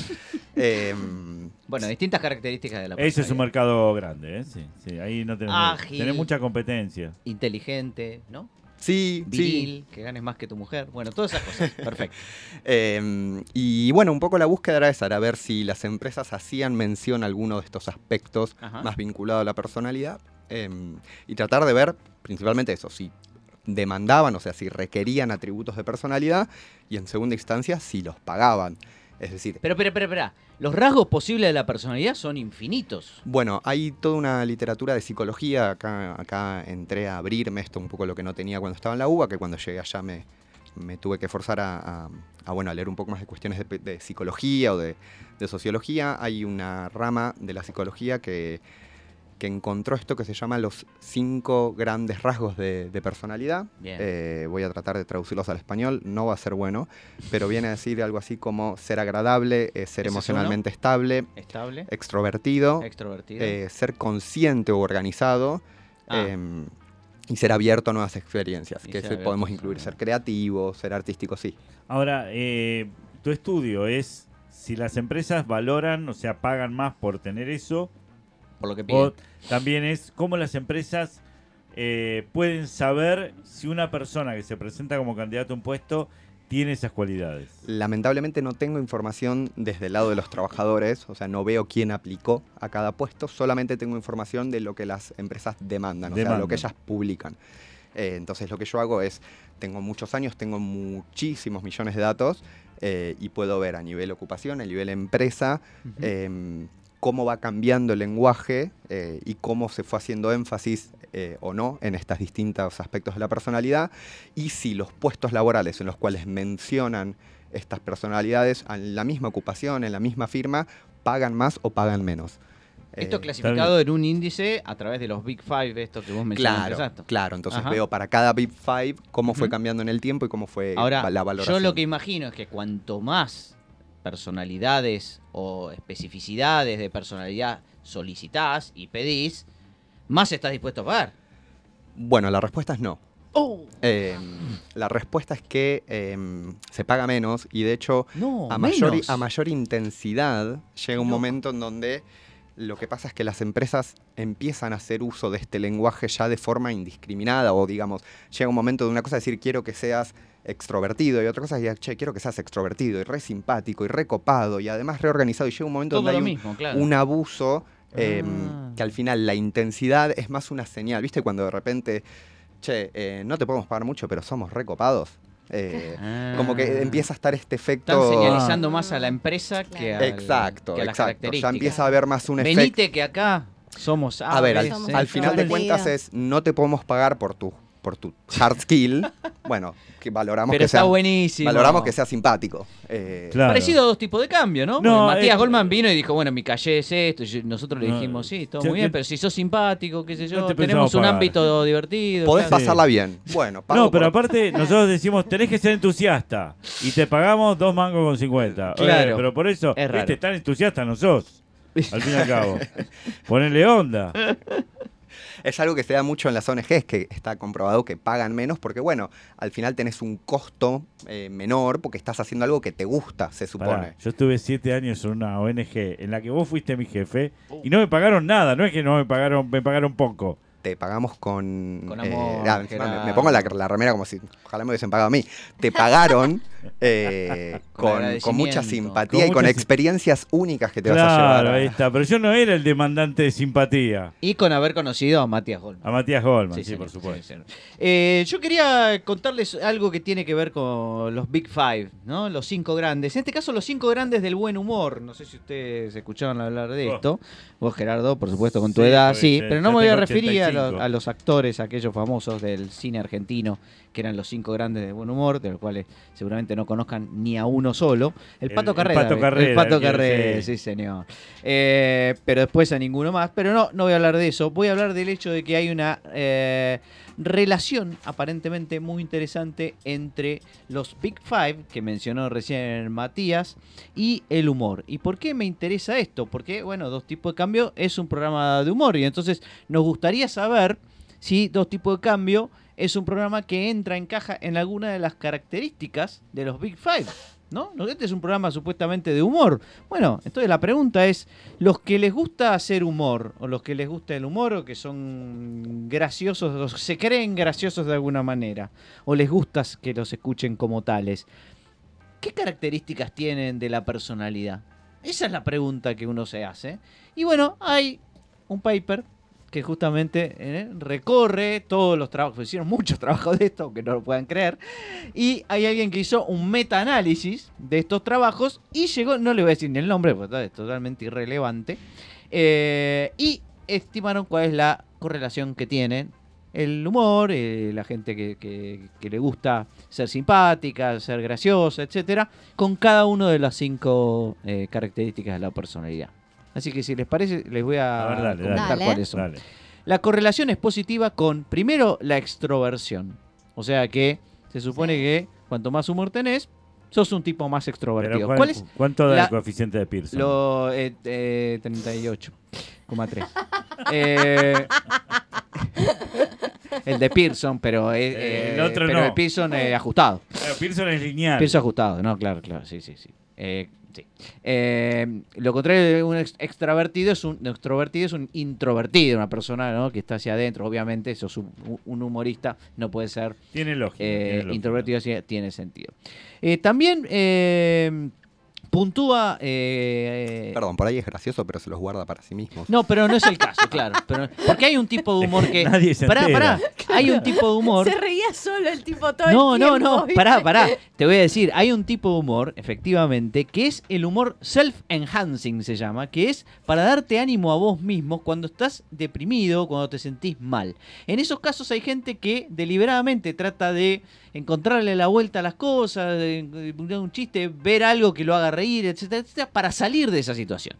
Em,
Bueno, distintas características de la persona.
Ese es un mercado grande, ¿eh? Sí, sí, ahí no tenemos.
Ágil.
Tenés mucha competencia.
Inteligente, ¿no?
sí, sí.
Viril, que ganes más que tu mujer. Bueno, todas esas cosas. Perfecto.
Eh, y bueno, un poco la búsqueda era esa, era ver si las empresas hacían mención a alguno de estos aspectos
Ajá.
más vinculados a la personalidad eh, y tratar de ver principalmente eso, si demandaban, o sea, si requerían atributos de personalidad y en segunda instancia si los pagaban. Es decir,
Pero, pero, pero, pero, los rasgos posibles de la personalidad son infinitos.
Bueno, hay toda una literatura de psicología. Acá, acá entré a abrirme esto un poco lo que no tenía cuando estaba en la UBA, que cuando llegué allá me, me tuve que forzar a, a- a, bueno, a leer un poco más de cuestiones de, pe- de psicología o de, de sociología. Hay una rama de la psicología que, que encontró esto que se llama los cinco grandes rasgos de, de personalidad.
Bien.
Eh, voy a tratar de traducirlos al español, no va a ser bueno, pero viene a decir algo así como ser agradable, eh, ser
Ese es uno.
emocionalmente estable,
Estable,
extrovertido,
extrovertido.
eh, ser consciente o organizado
Ah.
em, y ser abierto a nuevas experiencias.
Y
que
ser
eso
abierto,
podemos
sí,
incluir
¿no?
ser creativo, ser artístico, sí.
Ahora, eh, tu estudio es si las empresas valoran, o sea, pagan más por tener eso,
por lo que piden.
o también es cómo las empresas eh, pueden saber si una persona que se presenta como candidato a un puesto tiene esas cualidades.
Lamentablemente no tengo información desde el lado de los trabajadores, o sea, no veo quién aplicó a cada puesto, solamente tengo información de lo que las empresas demandan, o sea,
Demandan.
lo que ellas publican. Eh, entonces lo que yo hago es, tengo muchos años, tengo muchísimos millones de datos eh, y puedo ver a nivel ocupación, a nivel empresa, em, cómo va cambiando el lenguaje eh, y cómo se fue haciendo énfasis eh, o no en estos distintos aspectos de la personalidad y si los puestos laborales en los cuales mencionan estas personalidades en la misma ocupación, en la misma firma, pagan más o pagan menos.
Esto
Eh,
clasificado en un índice a través de los Big Five, esto que vos mencionaste.
Claro,
exacto.
claro. Entonces
Ajá.
veo para cada Big Five cómo fue
Ujú.
cambiando en el tiempo y cómo fue
Ahora,
eh, la
yo
valoración.
lo que imagino es que cuanto más personalidades o especificidades de personalidad solicitás y pedís, más estás dispuesto a pagar.
Bueno, la respuesta es no.
Oh,
Eh, la respuesta es que eh, se paga menos y de hecho
No,
a mayor,
menos.
a mayor intensidad llega un momento en donde lo que pasa es que las empresas empiezan a hacer uso de este lenguaje ya de forma indiscriminada o digamos, llega un momento de una cosa decir quiero que seas extrovertido y otra cosa es che, quiero que seas extrovertido y re simpático y recopado y además reorganizado y llega un momento
Todo
donde
lo
hay un,
mismo, claro.
un abuso eh,
Ah.
que al final la intensidad es más una señal, ¿viste? Cuando de repente, che, eh, no te podemos pagar mucho, pero somos recopados. Eh,
Ah.
Como que empieza a estar este
Están
efecto.
señalizando más a la empresa que a
Exacto,
que a las
exacto. Ya
características.
empieza a haber más un efecto.
Venite que acá somos
A ver, al,
aves,
somos
¿eh?
al final de
flores.
cuentas es no te podemos pagar por tu por tu hard skill. bueno, que valoramos
Pero
que
está
sea
buenísimo.
valoramos que sea simpático. Eh,
Claro.
Parecido a dos tipos de cambio, ¿no?
No,
Porque Matías
es-
Goldman vino y dijo, bueno, mi calle es esto. y yo- nosotros le
No,
dijimos, sí, todo
yo-
muy bien,
yo-
pero si sos simpático, qué sé yo,
No te
tenemos
pensamos
un
pagar.
ámbito divertido.
Podés
claro.
pasarla bien. Bueno, pago
No, pero
por-
aparte nosotros decimos, tenés que ser entusiasta y te pagamos dos mangos con 50. Oye,
Claro.
pero por eso,
Es raro.
viste, tan entusiasta no sos. Al fin y al cabo. Ponele onda.
es algo que se da mucho en las ONGs, que está comprobado que pagan menos, porque bueno, al final tenés un costo eh, menor porque estás haciendo algo que te gusta, se supone.
Pará, yo estuve siete años en una ONG en la que vos fuiste mi jefe y no me pagaron nada. No es que no me pagaron, me pagaron poco.
Te pagamos con.
Con amor,
ah, encima me,
Gerardo.
me pongo la, la remera como si. Ojalá me hubiesen pagado a mí. Te pagaron eh,
Con
con, con
agradecimiento.
mucha simpatía
Con
y con
mucha sim-
experiencias únicas que te vas a
Claro,
llevar. a-
¿eh?
ahí está. Pero yo no era el demandante de simpatía.
Y con haber conocido a Matías Goldman.
A Matías Goldman, sí,
señor,
por supuesto.
sí, señor. Eh, yo quería contarles algo que tiene que ver con los Big Five, ¿no? Los cinco grandes. En este caso, los cinco grandes del buen humor. No sé si ustedes escucharon hablar de
Oh.
esto. Vos, Gerardo, por supuesto, con tu
Sí,
edad,
pues,
sí.
eh,
Pero
ya
no me voy a
tengo
referir a
85.
los, a los actores, aquellos famosos del cine argentino, que eran los cinco grandes del buen humor, de los cuales seguramente no conozcan ni a uno solo. El
El-
Pato
el
Carrera.
Pato
¿ves?
Carrera,
El Pato
el que-
Carrera,
sí.
sí, señor. Eh, pero después a ninguno más. Pero no, no voy a hablar de eso. Voy a hablar del hecho de que hay una eh, relación aparentemente muy interesante entre los Big Five, que mencionó recién Matías, y el humor. ¿Y por qué me interesa esto? Porque, bueno, Dos Tipos de Cambio es un programa de humor. Y entonces nos gustaría saber si Dos Tipos de Cambio es un programa que entra, encaja en alguna de las características de los Big Five. ¿No? No, Este es un programa supuestamente de humor. Bueno, entonces la pregunta es, los que les gusta hacer humor, o los que les gusta el humor, o que son graciosos, o se creen graciosos de alguna manera, o les gusta que los escuchen como tales, ¿qué características tienen de la personalidad? Esa es la pregunta que uno se hace. Y bueno, hay un paper que justamente eh, recorre todos los trabajos, hicieron muchos trabajos de esto, aunque no lo puedan creer, y hay alguien que hizo un metaanálisis de estos trabajos y llegó, no le voy a decir ni el nombre, porque es totalmente irrelevante, eh, y estimaron cuál es la correlación que tienen el humor, eh, la gente que, que- que le gusta ser simpática, ser graciosa, etcétera, con cada una de las cinco eh, características de la personalidad. Así que si les parece, les voy a,
A ver, dale,
comentar
dale.
cuáles son.
Dale.
La correlación es positiva con, primero, la extroversión. O sea que se supone que cuanto más humor tenés, sos un tipo más extrovertido.
Pero,
¿Cuál, es?
¿Cuánto da
la-
el coeficiente de Pearson?
Lo eh, eh, 38,3. Eh, el de Pearson, pero, eh,
Eh,
eh,
el otro
pero
no.
el Pearson eh, ajustado.
Claro, Pearson es lineal.
Peso ajustado, no, claro, claro, sí, sí, sí. Eh, sí. Eh, lo contrario de un ex- extravertido es un, un extrovertido es un introvertido, una persona ¿no? que está hacia adentro, obviamente, eso es un, un humorista, no puede ser
Tiene lógica.
eh,
tiene lógica.
introvertido, así tiene sentido. Eh, también eh, puntúa... eh,
Perdón, por ahí es gracioso, pero se los guarda para sí mismos.
no, pero no es el caso, claro. pero- porque hay un tipo de humor que...
Nadie se
pará,
entera.
pará, hay un tipo de humor...
Se reía solo el tipo todo
no,
el
no,
tiempo.
no,
¿viste?
pará, pará. Te voy a decir, hay un tipo de humor, efectivamente, que es el humor self-enhancing, se llama, que es para darte ánimo a vos mismo cuando estás deprimido, cuando te sentís mal. En esos casos hay gente que deliberadamente trata de encontrarle la vuelta a las cosas, de- de poner un chiste, ver algo que lo haga reír, etcétera, etcétera, para salir de esa situación.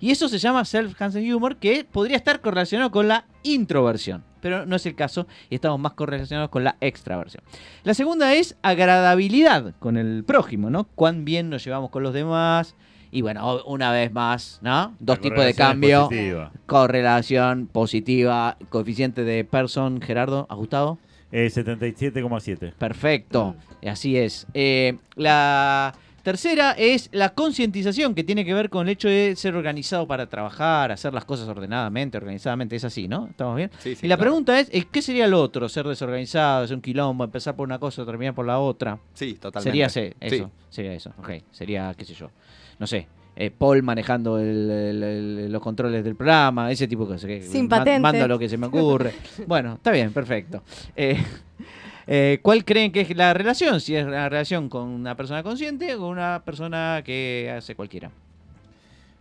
Y eso se llama self-enhancing humor, que podría estar correlacionado con la introversión, pero no es el caso y estamos más correlacionados con la extraversión. La segunda es agradabilidad con el prójimo, ¿no? Cuán bien nos llevamos con los demás. Y bueno, o- una vez más, ¿no? Dos
La
tipos de
correlación es
cambio.
positiva.
Correlación positiva, coeficiente de person, Gerardo, ajustado.
Eh, 77,7.
Perfecto,
Mm.
así es. Eh, la tercera es la concientización, que tiene que ver con el hecho de ser organizado para trabajar, hacer las cosas ordenadamente, organizadamente, es así, ¿no? ¿Estamos bien?
Sí, sí,
y la
claro.
pregunta es, eh, ¿qué sería lo otro? Ser desorganizado, ser un quilombo, empezar por una cosa, terminar por la otra.
Sí, totalmente.
Sería ese,
Sí.
eso, sería eso, ok. Sería, qué sé yo, no sé, eh, Paul manejando el- el- el- los controles del programa, ese tipo de cosas. que
Sin
ma-
patente.
Mando lo que se me ocurre. bueno, está bien, perfecto. Eh, Eh, ¿Cuál creen que es la relación? Si es la relación con una persona consciente o con una persona que hace cualquiera.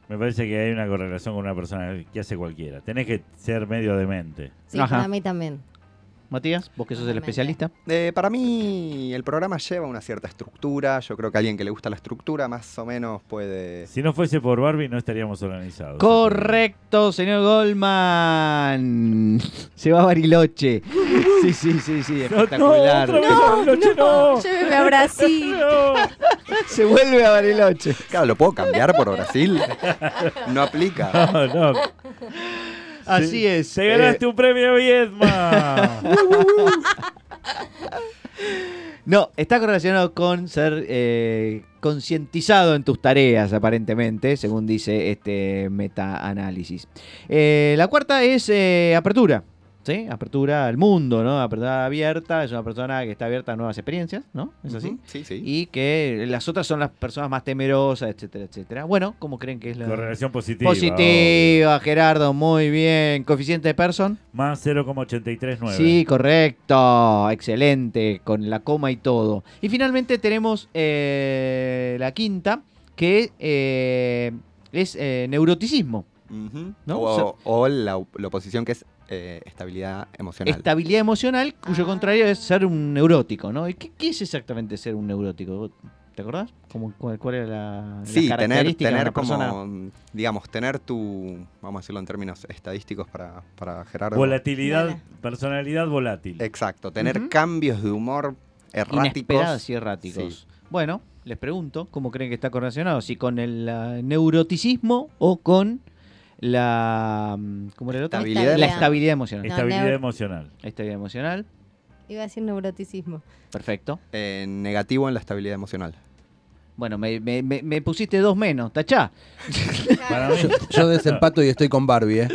Me parece que hay una correlación con una persona que hace cualquiera. Tenés que ser medio demente.
Sí,
Ajá.
para mí también.
Matías, vos que sos el
Totalmente.
especialista.
Eh, para mí, el programa lleva una cierta estructura. Yo creo que alguien que le gusta la estructura, más o menos, puede.
Si no fuese por Barbie, no estaríamos organizados.
Correcto, señor Goldman. Se va a Bariloche. Sí, sí, sí, sí,
No, no, otra
espectacular.
vez Bariloche, no.
Lléveme a Brasil.
No.
Se vuelve a Bariloche.
Claro, lo puedo cambiar por Brasil. No aplica.
No, no.
Así es. eh.
Se ganaste un premio Viedma.
No, está correlacionado con ser eh, concientizado en tus tareas, aparentemente, según dice este metaanálisis. Eh, la cuarta es eh, apertura. ¿Sí? Apertura al mundo, ¿no? Apertura abierta, es una persona que está abierta a nuevas experiencias, ¿no? ¿Es así?
Ujú, Sí, sí.
Y que las otras son las personas más temerosas, etcétera, etcétera. Bueno, ¿cómo creen que es la
Correlación positiva.
positiva? Gerardo, muy bien. Coeficiente de person.
obvio. Más 0,839.
Sí, correcto. Excelente. Con la coma y todo. Y finalmente tenemos eh, la quinta, que eh, es eh, neuroticismo.
Ujú.
¿No?
O, o la, la oposición que es eh, estabilidad emocional.
Estabilidad emocional, cuyo contrario es ser un neurótico, ¿no? ¿Y ¿Qué, qué es exactamente ser un neurótico? ¿Te acordás? Como, cuál, cuál era la, la
Sí, tener,
característica de
tener
una
como,
persona?
digamos, tener tu, vamos a decirlo en términos estadísticos para, para Gerardo.
Volatilidad, personalidad volátil.
Exacto, tener
Ujú.
cambios de humor erráticos.
Inesperadas y erráticos. Bueno, les pregunto, ¿cómo creen que está correlacionado? Si con el ah, neuroticismo o con la... mm, ¿Cómo era el otro?
Estabilidad.
La estabilidad emocional.
Estabilidad
neuro-
emocional.
Estabilidad emocional,
Iba a decir neuroticismo.
perfecto.
eh, negativo en la estabilidad emocional.
Bueno, me, me- me- me pusiste dos menos, tachá.
Para mí.
Yo desempato y estoy con Barbie, ¿eh?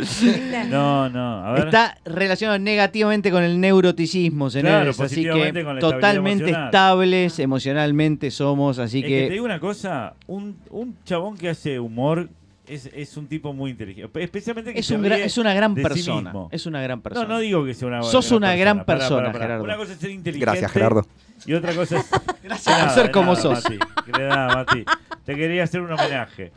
No, no. A ver.
Está relacionado negativamente con el neuroticismo,
Claro,
señores. así
positivamente
que
con la estabilidad
totalmente
emocional.
estables emocionalmente somos, así
Es que, te
que...
digo una cosa, un, un chabón que hace humor es, es un tipo muy inteligente. Especialmente que
Es,
se
un gran-
ríe
es una gran
de sí
persona.
mismo.
es una gran persona.
No, no digo que sea una
Sos una gran persona,
Pará, pará, pará.
Gerardo.
Una cosa es ser inteligente.
Gracias, Gerardo.
Y otra cosa es.
Gracias por ser como sos.
Mati. De nada, Mati. Te quería hacer un homenaje.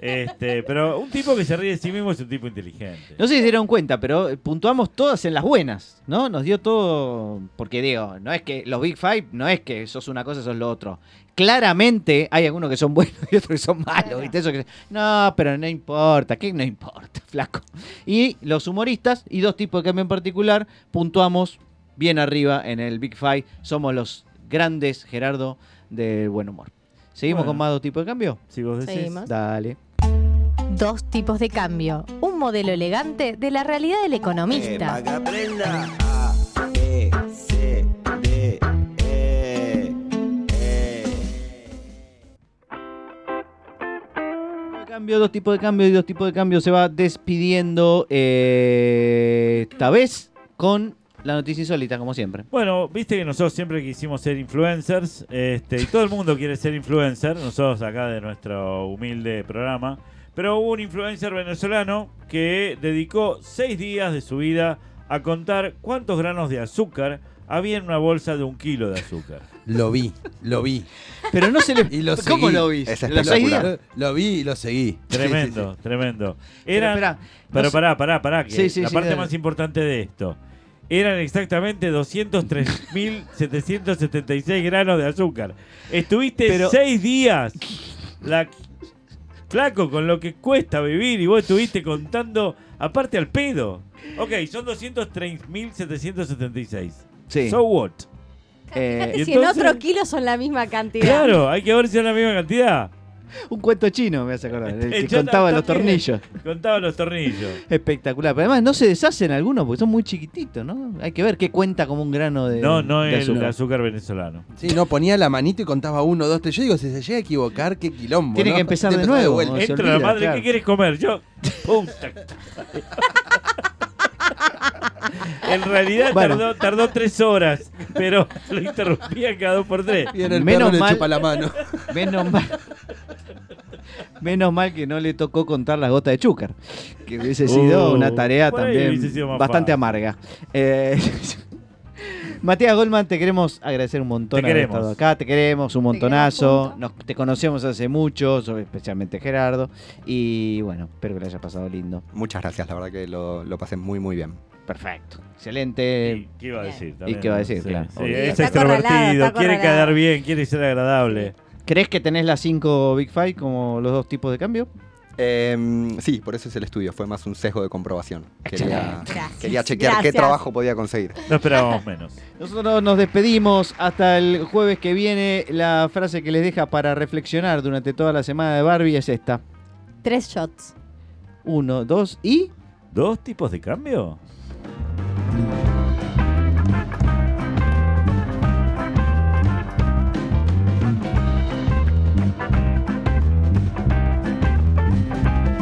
Este, pero un tipo que se ríe de sí mismo es un tipo inteligente.
No sé si se dieron cuenta, pero eh, puntuamos todas en las buenas, ¿no? Nos dio todo. Porque digo, no es que los Big Five no es que sos una cosa, sos lo otro. Claramente hay algunos que son buenos y otros que son malos, ¿viste? Eso que- no, pero no importa, ¿qué no importa, flaco? Y los humoristas y dos tipos de cambio en particular puntuamos bien arriba en el Big Five. Somos los grandes, Gerardo, del buen humor. ¿Seguimos
Bueno.
con más dos tipos de cambio?
Si vos decís.
Seguimos.
Dale.
Dos tipos de cambio. Un modelo elegante de la realidad del
Eh,
economista.
pa' que aprenda A, B, C, D, E, E.
Tipo de Cambio, dos tipos de cambio y dos tipos de cambio se va despidiendo eh, esta vez con la noticia insólita, como siempre.
Bueno, viste que nosotros siempre quisimos ser influencers, este, y todo el mundo quiere ser influencer, nosotros acá de nuestro humilde programa, pero hubo un influencer venezolano que dedicó seis días de su vida a contar cuántos granos de azúcar había en una bolsa de un kilo de azúcar.
Lo vi, lo vi.
Pero no se le.
Y lo
¿Cómo
seguí.
lo viste?
Es
¿Los seis días?
espectacular.
Lo vi y lo seguí.
Tremendo, tremendo.
Pero
Eran,
esperá,
pero
no sé-
pará, pará, pará, que
Sí, sí,
la
sí,
parte
dale.
más importante de esto. Eran exactamente 203.776 granos de azúcar. Estuviste
Pero-
seis días. La... Flaco, con lo que cuesta vivir y vos estuviste contando, aparte al pedo. Ok, son 203.776.
Sí.
So what?
Eh,
Fíjate
¿y
si
entonces?
en otro kilo son la misma cantidad.
Claro, hay que ver si es la misma cantidad.
un cuento chino, me hace acordar. El que
Yo
contaba los
también.
tornillos.
Contaba los tornillos.
Espectacular. Pero además no se deshacen algunos porque son muy chiquititos, ¿no? Hay que ver qué cuenta como un grano de.
No, no
de
el
azúcar.
azúcar venezolano.
Sí, no, ponía la manito y contaba uno, dos, tres. Yo digo, si se llega a equivocar, qué quilombo.
Tiene
¿no?
que empezar de
Empezá
nuevo. Eh,
vuelta.
No se
Entra la
olvida,
madre,
claro.
¿qué quieres comer? Yo. Puta. que te parió. en realidad
Bueno.
tardó, tardó tres horas, pero lo interrumpía cada dos por tres.
Viene el
Menos
perro, le
mal-
chupa la mano.
Menos mal. Menos mal que no le tocó contar las gotas de chúcar. Que hubiese sido
Uh,
una tarea
por ahí
también
hubiese sido más
bastante
fácil.
amarga. Eh, Matías Goldman, te queremos agradecer un montón
Te
haber
queremos.
estado acá. Te queremos un
queremos
montonazo.
juntos.
Nos- te conocemos hace mucho, sobre- especialmente Gerardo. Y bueno, espero que le haya pasado lindo.
Muchas gracias, la verdad que lo, lo pasé muy, muy bien.
Perfecto. Excelente.
¿Y ¿Qué iba a decir? también,
qué iba a
no?
decir?
Sí,
Claro.
sí,
Obvio.
es
Está
extrovertido,
acorralado, está
quiere
acorralado.
quedar bien, quiere ser agradable.
¿Crees que tenés las 5 Big Five como los dos tipos de cambio?
Em, sí, por eso es el estudio, fue más un sesgo de comprobación. Quería,
Excelente. Gracias.
quería chequear
Gracias.
qué trabajo podía conseguir.
No esperábamos menos.
Nosotros nos despedimos hasta el jueves que viene. La frase que les deja para reflexionar durante toda la semana de Barbie es esta.
Tres shots.
Uno, dos y...
¿Dos tipos de cambio?